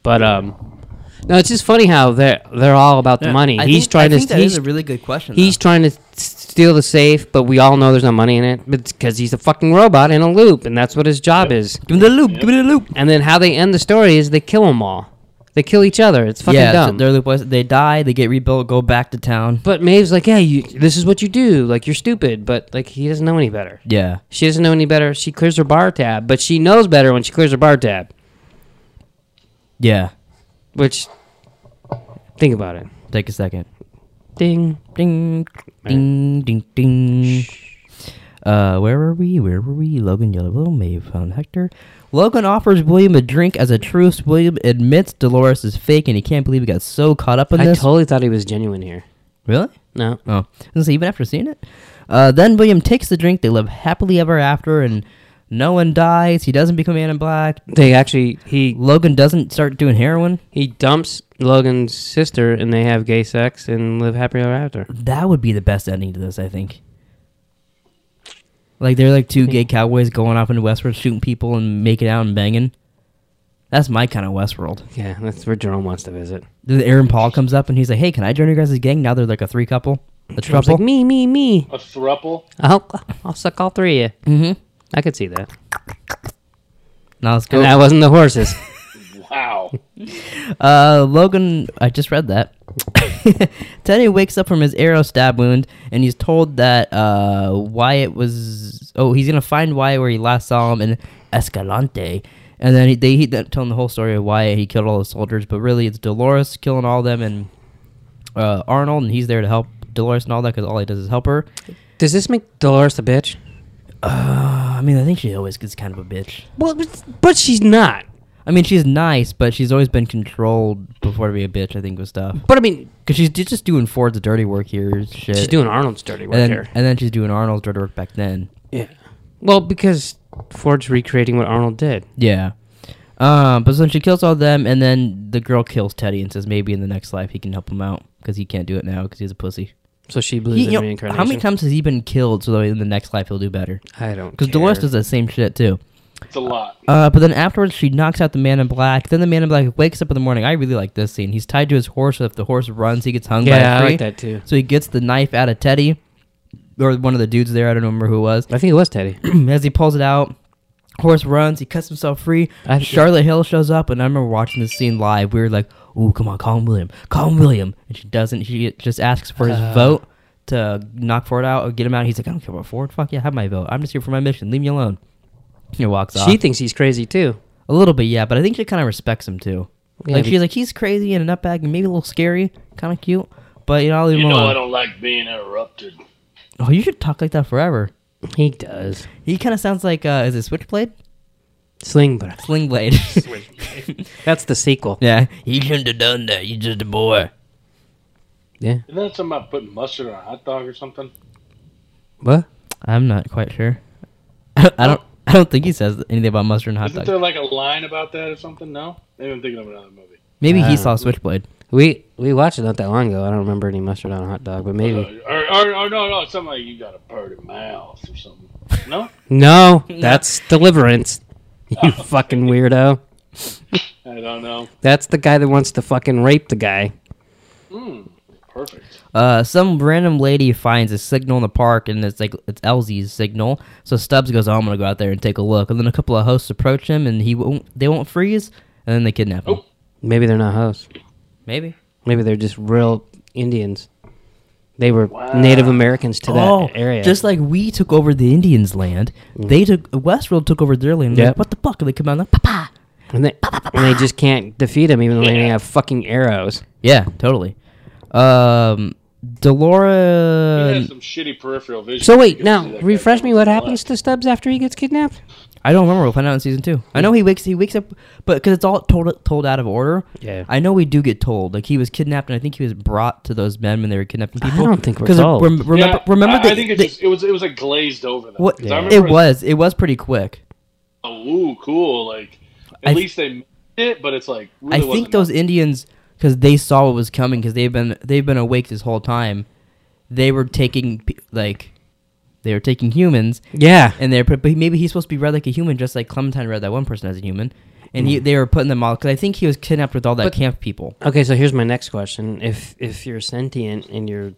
B: But um, no, it's just funny how they're they're all about the money.
A: I
B: he's
A: think-
B: trying
A: I
B: to
A: think that
B: he's,
A: is a really good question.
B: he's
A: though.
B: trying to s- steal the safe, but we all know there's no money in it because he's a fucking robot in a loop, and that's what his job is.
A: give me the loop. Give me the loop.
B: And then how they end the story is they kill them all. They kill each other. It's fucking
A: yeah, so
B: dumb.
A: they're the boys- They die. They get rebuilt. Go back to town.
B: but Maeve's like, yeah, you, this is what you do. Like you're stupid, but like he doesn't know any better.
A: Yeah.
B: She doesn't know any better. She clears her bar tab, but she knows better when she clears her bar tab.
A: Yeah.
B: Which, think about it.
A: Take a second.
B: Ding.
A: Ding, ding, ding, ding. Uh, where were we? Where were we? Logan Yellow Will may have found Hector. Logan offers William a drink as a truce. William admits Dolores is fake, and he can't believe he got so caught up in
B: I
A: this.
B: totally thought he was genuine here.
A: really?
B: No.
A: Oh, so even after seeing it, uh, then William takes the drink. They live happily ever after, and no one dies. He doesn't become Man in Black.
B: They actually he
A: Logan doesn't start doing heroin.
B: he dumps Logan's sister and they have gay sex and live happily ever after.
A: That would be the best ending to this, I think. Like they're like two gay cowboys going off into Westworld, shooting people and making out and banging. That's my kind of Westworld.
B: Yeah, that's where Jerome wants to visit.
A: Then Aaron Paul comes up and he's like, "Hey, can I join your guys' gang?" Now they're like a three couple, a
B: Jerome's
A: trouble.
B: like me, me, me.
C: A thruple.
B: I'll I'll suck all three of you.
A: Mhm.
B: I could see that.
A: now let's go.
B: And that wasn't the horses.
C: Wow.
A: Uh, Logan, I just read that. Teddy wakes up from his arrow stab wound, and he's told that uh, Wyatt was. Oh, he's gonna find Wyatt where he last saw him in Escalante, and then he, they he, they tell him the whole story of Wyatt. He killed all the soldiers, but really it's Dolores killing all of them, and uh, Arnold, and he's there to help Dolores and all that because all he does is help her.
B: Does this make Dolores a bitch?
A: Uh, I mean, I think she always gets kind of a bitch.
B: Well, but- but she's not.
A: I mean, she's nice, but she's always been controlled before to be a bitch. I think with stuff.
B: But I mean,
A: Because she's d- just doing Ford's dirty work here. Shit.
B: she's doing Arnold's dirty work
A: and then,
B: here.
A: and then she's doing Arnold's dirty work back then.
B: Yeah. Well, because Ford's recreating what Arnold did.
A: Yeah. Um, but so she kills all them, and then the girl kills Teddy and says maybe in the next life he can help him out because he can't do it now because he's a pussy.
B: So she
A: He-
B: believes
A: you
B: in
A: know,
B: reincarnation.
A: how many times has he been killed so that in the next life he'll do better?
B: I don't.
A: Because
B: care.
A: Dolores does that same shit too.
C: It's a lot.
A: Uh, but then afterwards, she knocks out the man in black. Then the man in black wakes up in the morning. I really like this scene. He's tied to his horse. So if the horse runs, he gets hung by a
B: Yeah, I
A: tree.
B: like that too.
A: So he gets the knife out of Teddy, or one of the dudes there. I don't remember who it was.
B: I think it was Teddy.
A: as he pulls it out, horse runs, he cuts himself free.
B: I-
A: Charlotte Hill shows up, and I remember watching this scene live. We were like, "Ooh, come on, call him William, call him William," and she doesn't. She just asks for his
B: Uh-huh.
A: vote to knock Ford out or get him out. He's like, "I don't care about Ford. Fuck yeah, have my vote. I'm just here for my mission. Leave me alone." He walks off
B: She thinks he's crazy too.
A: a little bit, yeah, but I think she kind of respects him too.
B: Yeah,
A: like
B: be-
A: she's like, he's crazy and a nutbag and maybe a little scary, kind of cute, but you know, I'll leave
C: You
A: him
C: know I
A: alone.
C: don't like being interrupted.
A: Oh, you should talk like that forever.
B: He does.
A: He kind of sounds like uh, is it Switchblade,
B: Sling, but
A: Sling Blade?
B: that's the sequel.
A: Yeah. He shouldn't have done that. He's just a boy.
B: Yeah.
C: Isn't that something about putting mustard on a hot dog or something?
B: What?
A: I'm not quite sure. I don't. I don't think he says anything about mustard and hot
C: Isn't
A: dog.
C: there like a line about that or something? No? Maybe I'm thinking of another movie.
A: Maybe
B: Ah.
A: he saw Switchblade.
B: We we watched it not that long ago. I don't remember any mustard on a hot dog, but maybe.
C: Uh, Or, or, or no, no, it's something like you got a bird in mouth or something. No?
B: No, that's Deliverance. You fucking weirdo.
C: I don't know.
B: That's the guy that wants to fucking rape the guy.
C: Perfect.
A: Uh, some random lady finds a signal in the park, and it's like it's Elsie's signal. So Stubbs goes, "Oh, I'm gonna go out there and take a look." And then a couple of hosts approach him, and he won't. They won't freeze, and then they kidnap him.
C: Oh.
B: Maybe they're not hosts.
A: Maybe.
B: Maybe they're just real Indians. They were Native Americans to that
A: oh,
B: area.
A: just like we took over the Indians' land, they took Westworld took over their land.
B: Yep.
A: Like, what the fuck? And they come out like, "Papa."
B: And they, and they just can't defeat him, even though they have fucking arrows.
A: Yeah, totally. Um,
C: He
A: Delora.
C: has some shitty peripheral vision.
B: So wait,
C: You can see
B: now
C: that guy
B: refresh me.
C: coming
B: What
C: from the
B: happens
C: left.
B: to Stubbs after he gets kidnapped?
A: I don't remember. We'll find out in season two. I know he wakes. He wakes up, but because it's all told told out of order.
B: Yeah.
A: I know we do get told. Like he was kidnapped, and I think he was brought to those men when they were kidnapping
B: I
A: people.
B: don't think we're
A: 'Cause
B: told.
A: rem- remember,
C: Yeah,
A: remember
C: I,
A: they,
C: I think it,
A: they-
C: just, it was it was like glazed over them.
A: what
C: 'Cause I
A: it
C: remember
A: was. It was pretty quick.
C: Oh, ooh, cool. Like at
A: I-
C: least they made it, but it's like really
A: I
C: wasn't
A: think those
C: much.
A: Indians, because they saw what was coming, because they've been they've been awake this whole time. They were taking pe- like, they were taking humans,
B: Yeah.
A: and they're but maybe he's supposed to be read like a human, just like Clementine read that one person as a human. and he, they were putting them all because I think he was kidnapped with all that camp people.
B: Okay, so here's my next question: If if you're sentient and you're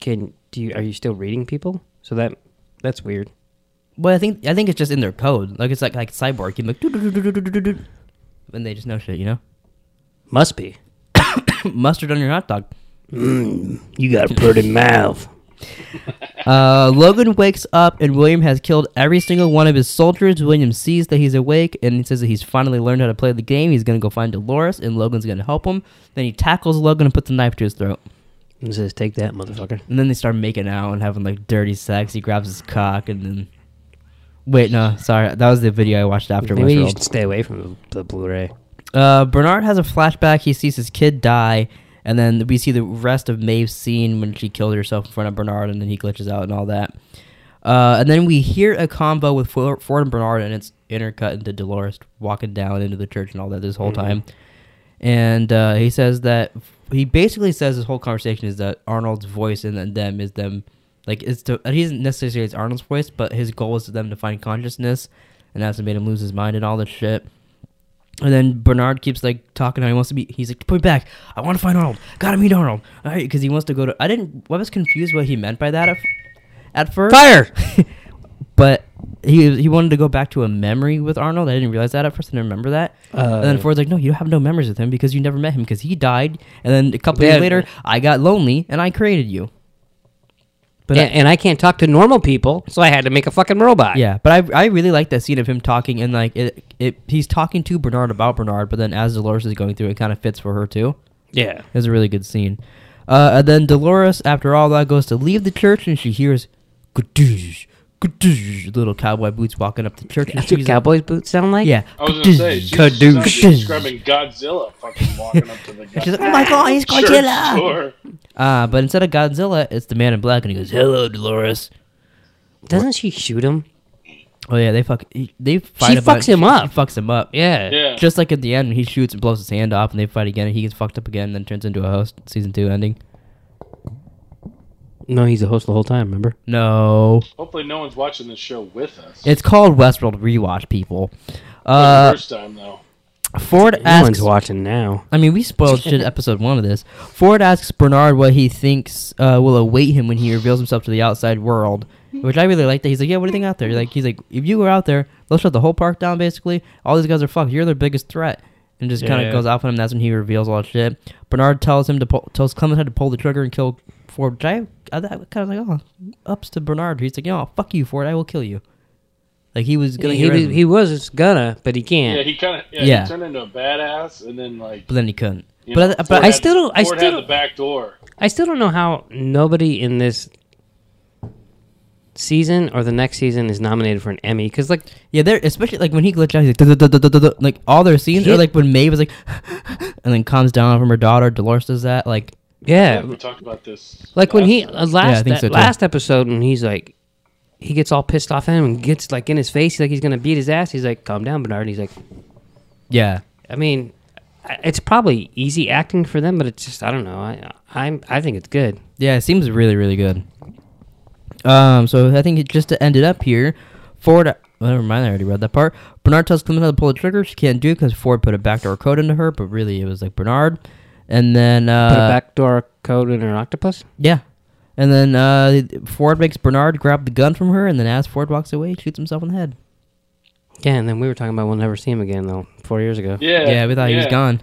B: can do you are you still reading people? So that that's weird.
A: Well, I think I think it's just in their code. Like it's like like cyborg. You like "Doo-doo-doo-doo-doo-doo-doo-doo," and they just know shit. You know,
B: Must be.
A: mustard on your hot dog.
B: You got a pretty mouth.
A: Uh, Logan wakes up and William has killed every single one of his soldiers. William sees that he's awake and he says that he's finally learned how to play the game. He's gonna go find Dolores and Logan's gonna help him. Then he tackles Logan and puts a knife to his throat.
B: And says, "Take that, motherfucker."
A: And then they start making out and having like dirty sex. He grabs his cock and then. Wait, no, sorry. That was the video I watched after
B: Maybe you
A: Westworld.
B: should stay away from the, the Blu-ray.
A: Uh, Bernard has a flashback. He sees his kid die, and then we see the rest of Maeve's scene when she killed herself in front of Bernard, and then he glitches out and all that. Uh, and then we hear a combo with For- Ford and Bernard, and it's intercut into Dolores walking down into the church and all that this whole time. And uh, he says that he basically says this whole conversation is that Arnold's voice and then them is them, like it's to, he doesn't necessarily it's Arnold's voice, but his goal is to them to find consciousness, and that's what made him lose his mind and all this shit. And then Bernard keeps like talking how he wants to be. He's like, "Put me back! I want to find Arnold. Gotta meet Arnold." All right, because he wants to go to. I didn't. I was confused what he meant by that at, f- at first.
B: Fire!
A: but he he wanted to go back to a memory with Arnold. I didn't realize that at first. I didn't remember that. and
B: Uh,
A: then Ford's like, "No, you have no memories with him because you never met him because he died." And then a couple
B: They
A: years
B: had-
A: later, I got lonely and I created you. But
B: Yeah, and I can't talk to normal people, so I had to make a fucking robot.
A: Yeah, but I I really like that scene of him talking and like it it he's talking to Bernard about Bernard, but then as Dolores is going through, it kind of fits for her too.
B: yeah.
A: It was a really good scene. Uh, and then Dolores, after all that, goes to leave the church and she hears "Kadoosh, kadoosh," little cowboy boots walking up the church. And
B: That's what
A: she's like,
B: cowboys' boots sound like.
A: yeah.
C: I was gonna say she's she's
B: Kadoosh.
C: not describing Godzilla fucking walking up to the guy.
A: She's like, oh my god, he's
C: Sure,
A: Godzilla!
C: sure.
A: Uh, but instead of Godzilla, it's the man in black and he goes, hello, Dolores.
B: Doesn't she shoot him?
A: Oh, yeah, they fuck. He, they fight
B: She
A: a bunch.
B: fucks him up.
A: She fucks him up. Yeah.
C: Yeah.
A: Just like at the end, when he shoots and blows his hand off and they fight again and he gets fucked up again and then turns into a host. Season 2 ending.
B: No, he's a host the whole time. Remember?
A: No.
C: Hopefully, no one's watching this show with us.
A: It's called Westworld Rewatch, people.
C: the
A: Uh,
C: first time though.
A: Ford
B: No
A: asks
B: one's watching now.
A: I mean, we spoiled shit episode one of this. Ford asks Bernard what he thinks uh, will await him when he reveals himself to the outside world, which I really like. That he's like, "Yeah, what do you think out there?" Like, he's like, "If you were out there, they'll shut the whole park down. Basically, all these guys are fucked. You're their biggest threat." And just kind of
B: Yeah.
A: goes off on him. That's when he reveals all that shit. Bernard tells him to pull, tells Clemens how to pull the trigger and kill Ford. Which I, I kind of like, oh, ups to Bernard. He's like, "No, fuck you, Ford. I will kill you." Like he was gonna.
B: He,
A: get rid
B: he,
A: of him,
B: he was gonna, but he can't.
C: Yeah, he kind of yeah,
A: Yeah.
C: He turned into a badass, and then like.
A: but then he couldn't.
C: you
A: But,
C: know,
A: I, but
C: Ford
A: I
C: had-
A: still.
B: still don't- I
C: Ford
B: still
C: had the
B: don't-
C: back door.
B: I still don't know how nobody in this season or the next season is nominated for an Emmy because like
A: Yeah, they're especially like when he glitched out, he's like, "Duh, duh, duh, duh, duh, duh," like all their scenes are
B: Yeah.
A: like when Maeve is like, and then calms down from her daughter. Dolores does that, like,
B: yeah,
C: We talked about this.
B: like when he uh,
C: last
A: Yeah, I
B: last
A: think
B: that
A: so, too.
B: last episode when he's like he gets all pissed off at him and gets like in his face he's like he's gonna beat his ass he's like calm down Bernard and he's like
A: yeah,
B: I mean I- it's probably easy acting for them but it's just I don't know I I'm I think it's good
A: yeah. It seems really, really good. Um, so I think it just to end it up here, Ford. Well, never mind, I already read that part. Bernard tells Clemens how to pull the trigger. She can't do because Ford put a backdoor code into her, but really it was like Bernard. And then uh,
B: put a backdoor code in an octopus
A: Yeah. And then uh, Ford makes Bernard grab the gun from her, and then as Ford walks away, he shoots himself in the head.
B: yeah and then we were talking about we'll never see him again though four years ago
C: Yeah,
A: yeah, we thought he was
C: yeah.
A: gone.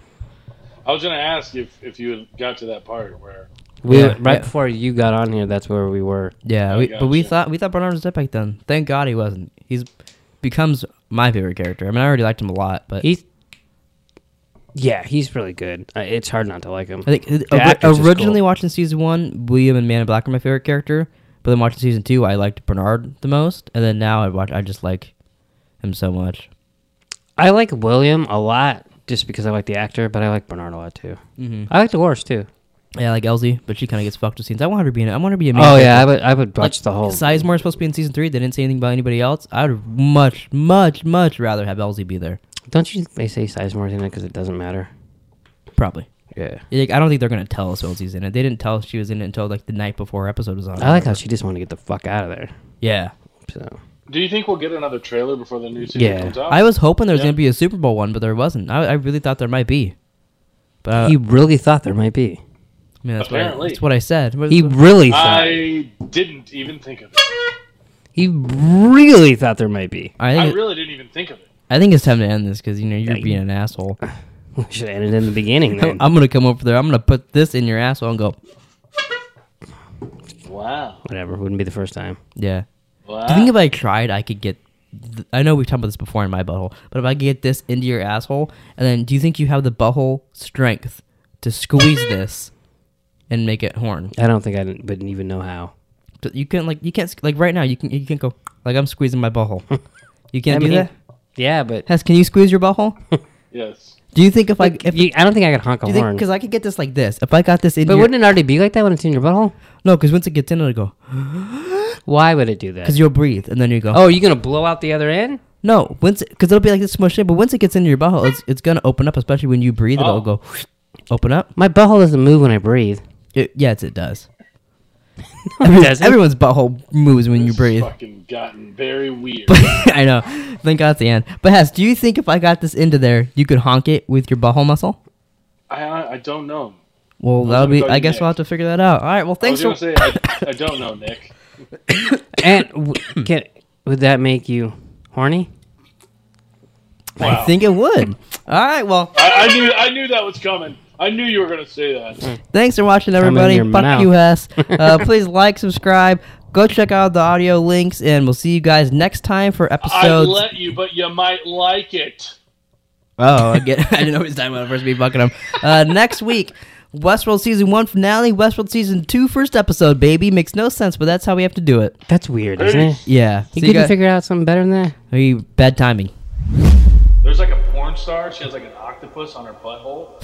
C: I was gonna ask if if you had got to that part where
B: we
A: Yeah, yeah.
B: right before you got on here that's where we were
A: Yeah,
C: I
A: we, but we
C: gotcha.
A: thought we thought Bernard was dead back then. Thank God he wasn't. He's becomes my favorite character. I mean, I already liked him a lot, but
B: He's yeah, he's really good. Uh, it's hard not to like him.
A: I think ori-
B: actor's just
A: originally
B: cool.
A: watching season one, William and Man in Black were my favorite character. But then watching season two, I liked Bernard the most, and then now I watch I just like him so much.
B: I like William a lot just because I like the actor, but I like Bernard a lot too. Mm-hmm. I like Dolores too.
A: Yeah, I like Elsie, but she kind of gets fucked with scenes. I want her to be in it. I want her to be a. main
B: Oh yeah, I
A: character.
B: would I would watch
A: Like,
B: the whole.
A: Sizemore's supposed to be in season three. They didn't say anything about anybody else. I would much, much, much rather have Elsie be there.
B: Don't you think they say Sizemore's in it because it doesn't matter?
A: Probably.
B: Yeah.
A: Like, I don't think they're gonna tell us Elsie's in it. They didn't tell us she was in it until like the night before her episode was on.
B: I like how she just wanted to get the fuck out of there.
A: Yeah.
B: So
C: Do you think we'll get another trailer before the new season
A: Yeah,
C: comes out?
A: I was hoping there was
C: Oh. Yeah.
A: gonna be a Super Bowl one, but there wasn't. I, I really thought there might be, but uh,
B: he really thought there might be.
A: I mean, that's, what I,
C: Apparently.
A: that's what I said. What-
B: He really thought.
C: I didn't even think of it.
B: he really thought there might be.
A: I
C: I
A: think
C: really didn't even think of it.
A: I think it's time to end this because you know you're
B: Yeah,
A: being an asshole.
B: We should have ended in the beginning. Then.
A: I'm gonna come over there. I'm gonna put this in your asshole and go.
C: Wow.
B: Whatever. Wouldn't be the first time.
A: Yeah.
C: Wow.
A: Do you think if I tried, I could get? th- I know we've talked about this before in my butthole, but if I could get this into your asshole, and then do you think you have the butthole strength to squeeze this and make it horn?
B: I don't think I didn't, wouldn't even know how.
A: But You can like you can't s- like right now. You can you can go like I'm squeezing my butthole. You can't
B: I
A: do
B: mean,
A: that.
B: Yeah, but
A: Hess, can you squeeze your butthole?
C: yes.
A: Do you think if I if
B: you, I don't think I could honk a
A: do you
B: horn.
A: think because I could get this like this if I got this in
B: but
A: your,
B: wouldn't it already be like that when it's in your butthole?
A: no because once it gets in it'll go
B: Why would it do that?
A: because you'll breathe and then you go
B: Oh, you gonna blow out the other end?
A: No, once because it'll be like this smushed in, but once it gets into your butthole, it's, it's gonna open up, especially when you breathe.
C: Oh.
A: It'll go open up.
B: My butthole doesn't move when I breathe.
A: It, yes, it does.
B: It
A: Everyone-
B: doesn't.
A: Everyone's butthole moves when you
C: It's
A: breathe.
C: fucking gotten very weird.
A: I know. Thank God it's the end. But Hess, do you think if I got this into there, you could honk it with your butthole muscle?
C: I I don't know.
A: Well, that'll
C: gonna
A: be.
C: call
A: I
C: you
A: guess we'll have
C: next.
A: to figure that out. All right. Well,
C: I
A: thanks
C: was
A: for.
C: gonna say I, I don't know, Nick.
B: And w- can, would that make you horny?
A: I think it would. All right. Well,
C: I, I knew I knew that was coming. I knew you were gonna say that.
A: Thanks for watching,
B: in
A: everybody.
B: your
A: Fuck
B: mouth.
A: you, Hess. Uh, please like, subscribe, go check out the audio links, and we'll see you guys next time for
C: I
A: episodes.
C: let you, but you might like it.
A: oh, I get. I didn't know it was time when I first be fucking him. Uh, next week, Westworld season one finale, Westworld season two first episode. Baby makes no sense, but that's how we have to do it.
B: That's weird, isn't it?
A: Yeah,
B: You
A: See
B: couldn't
A: guys-
B: figure out something better than that?
A: Hey, bad timing.
C: There's like a porn star. She has like an octopus on her butthole.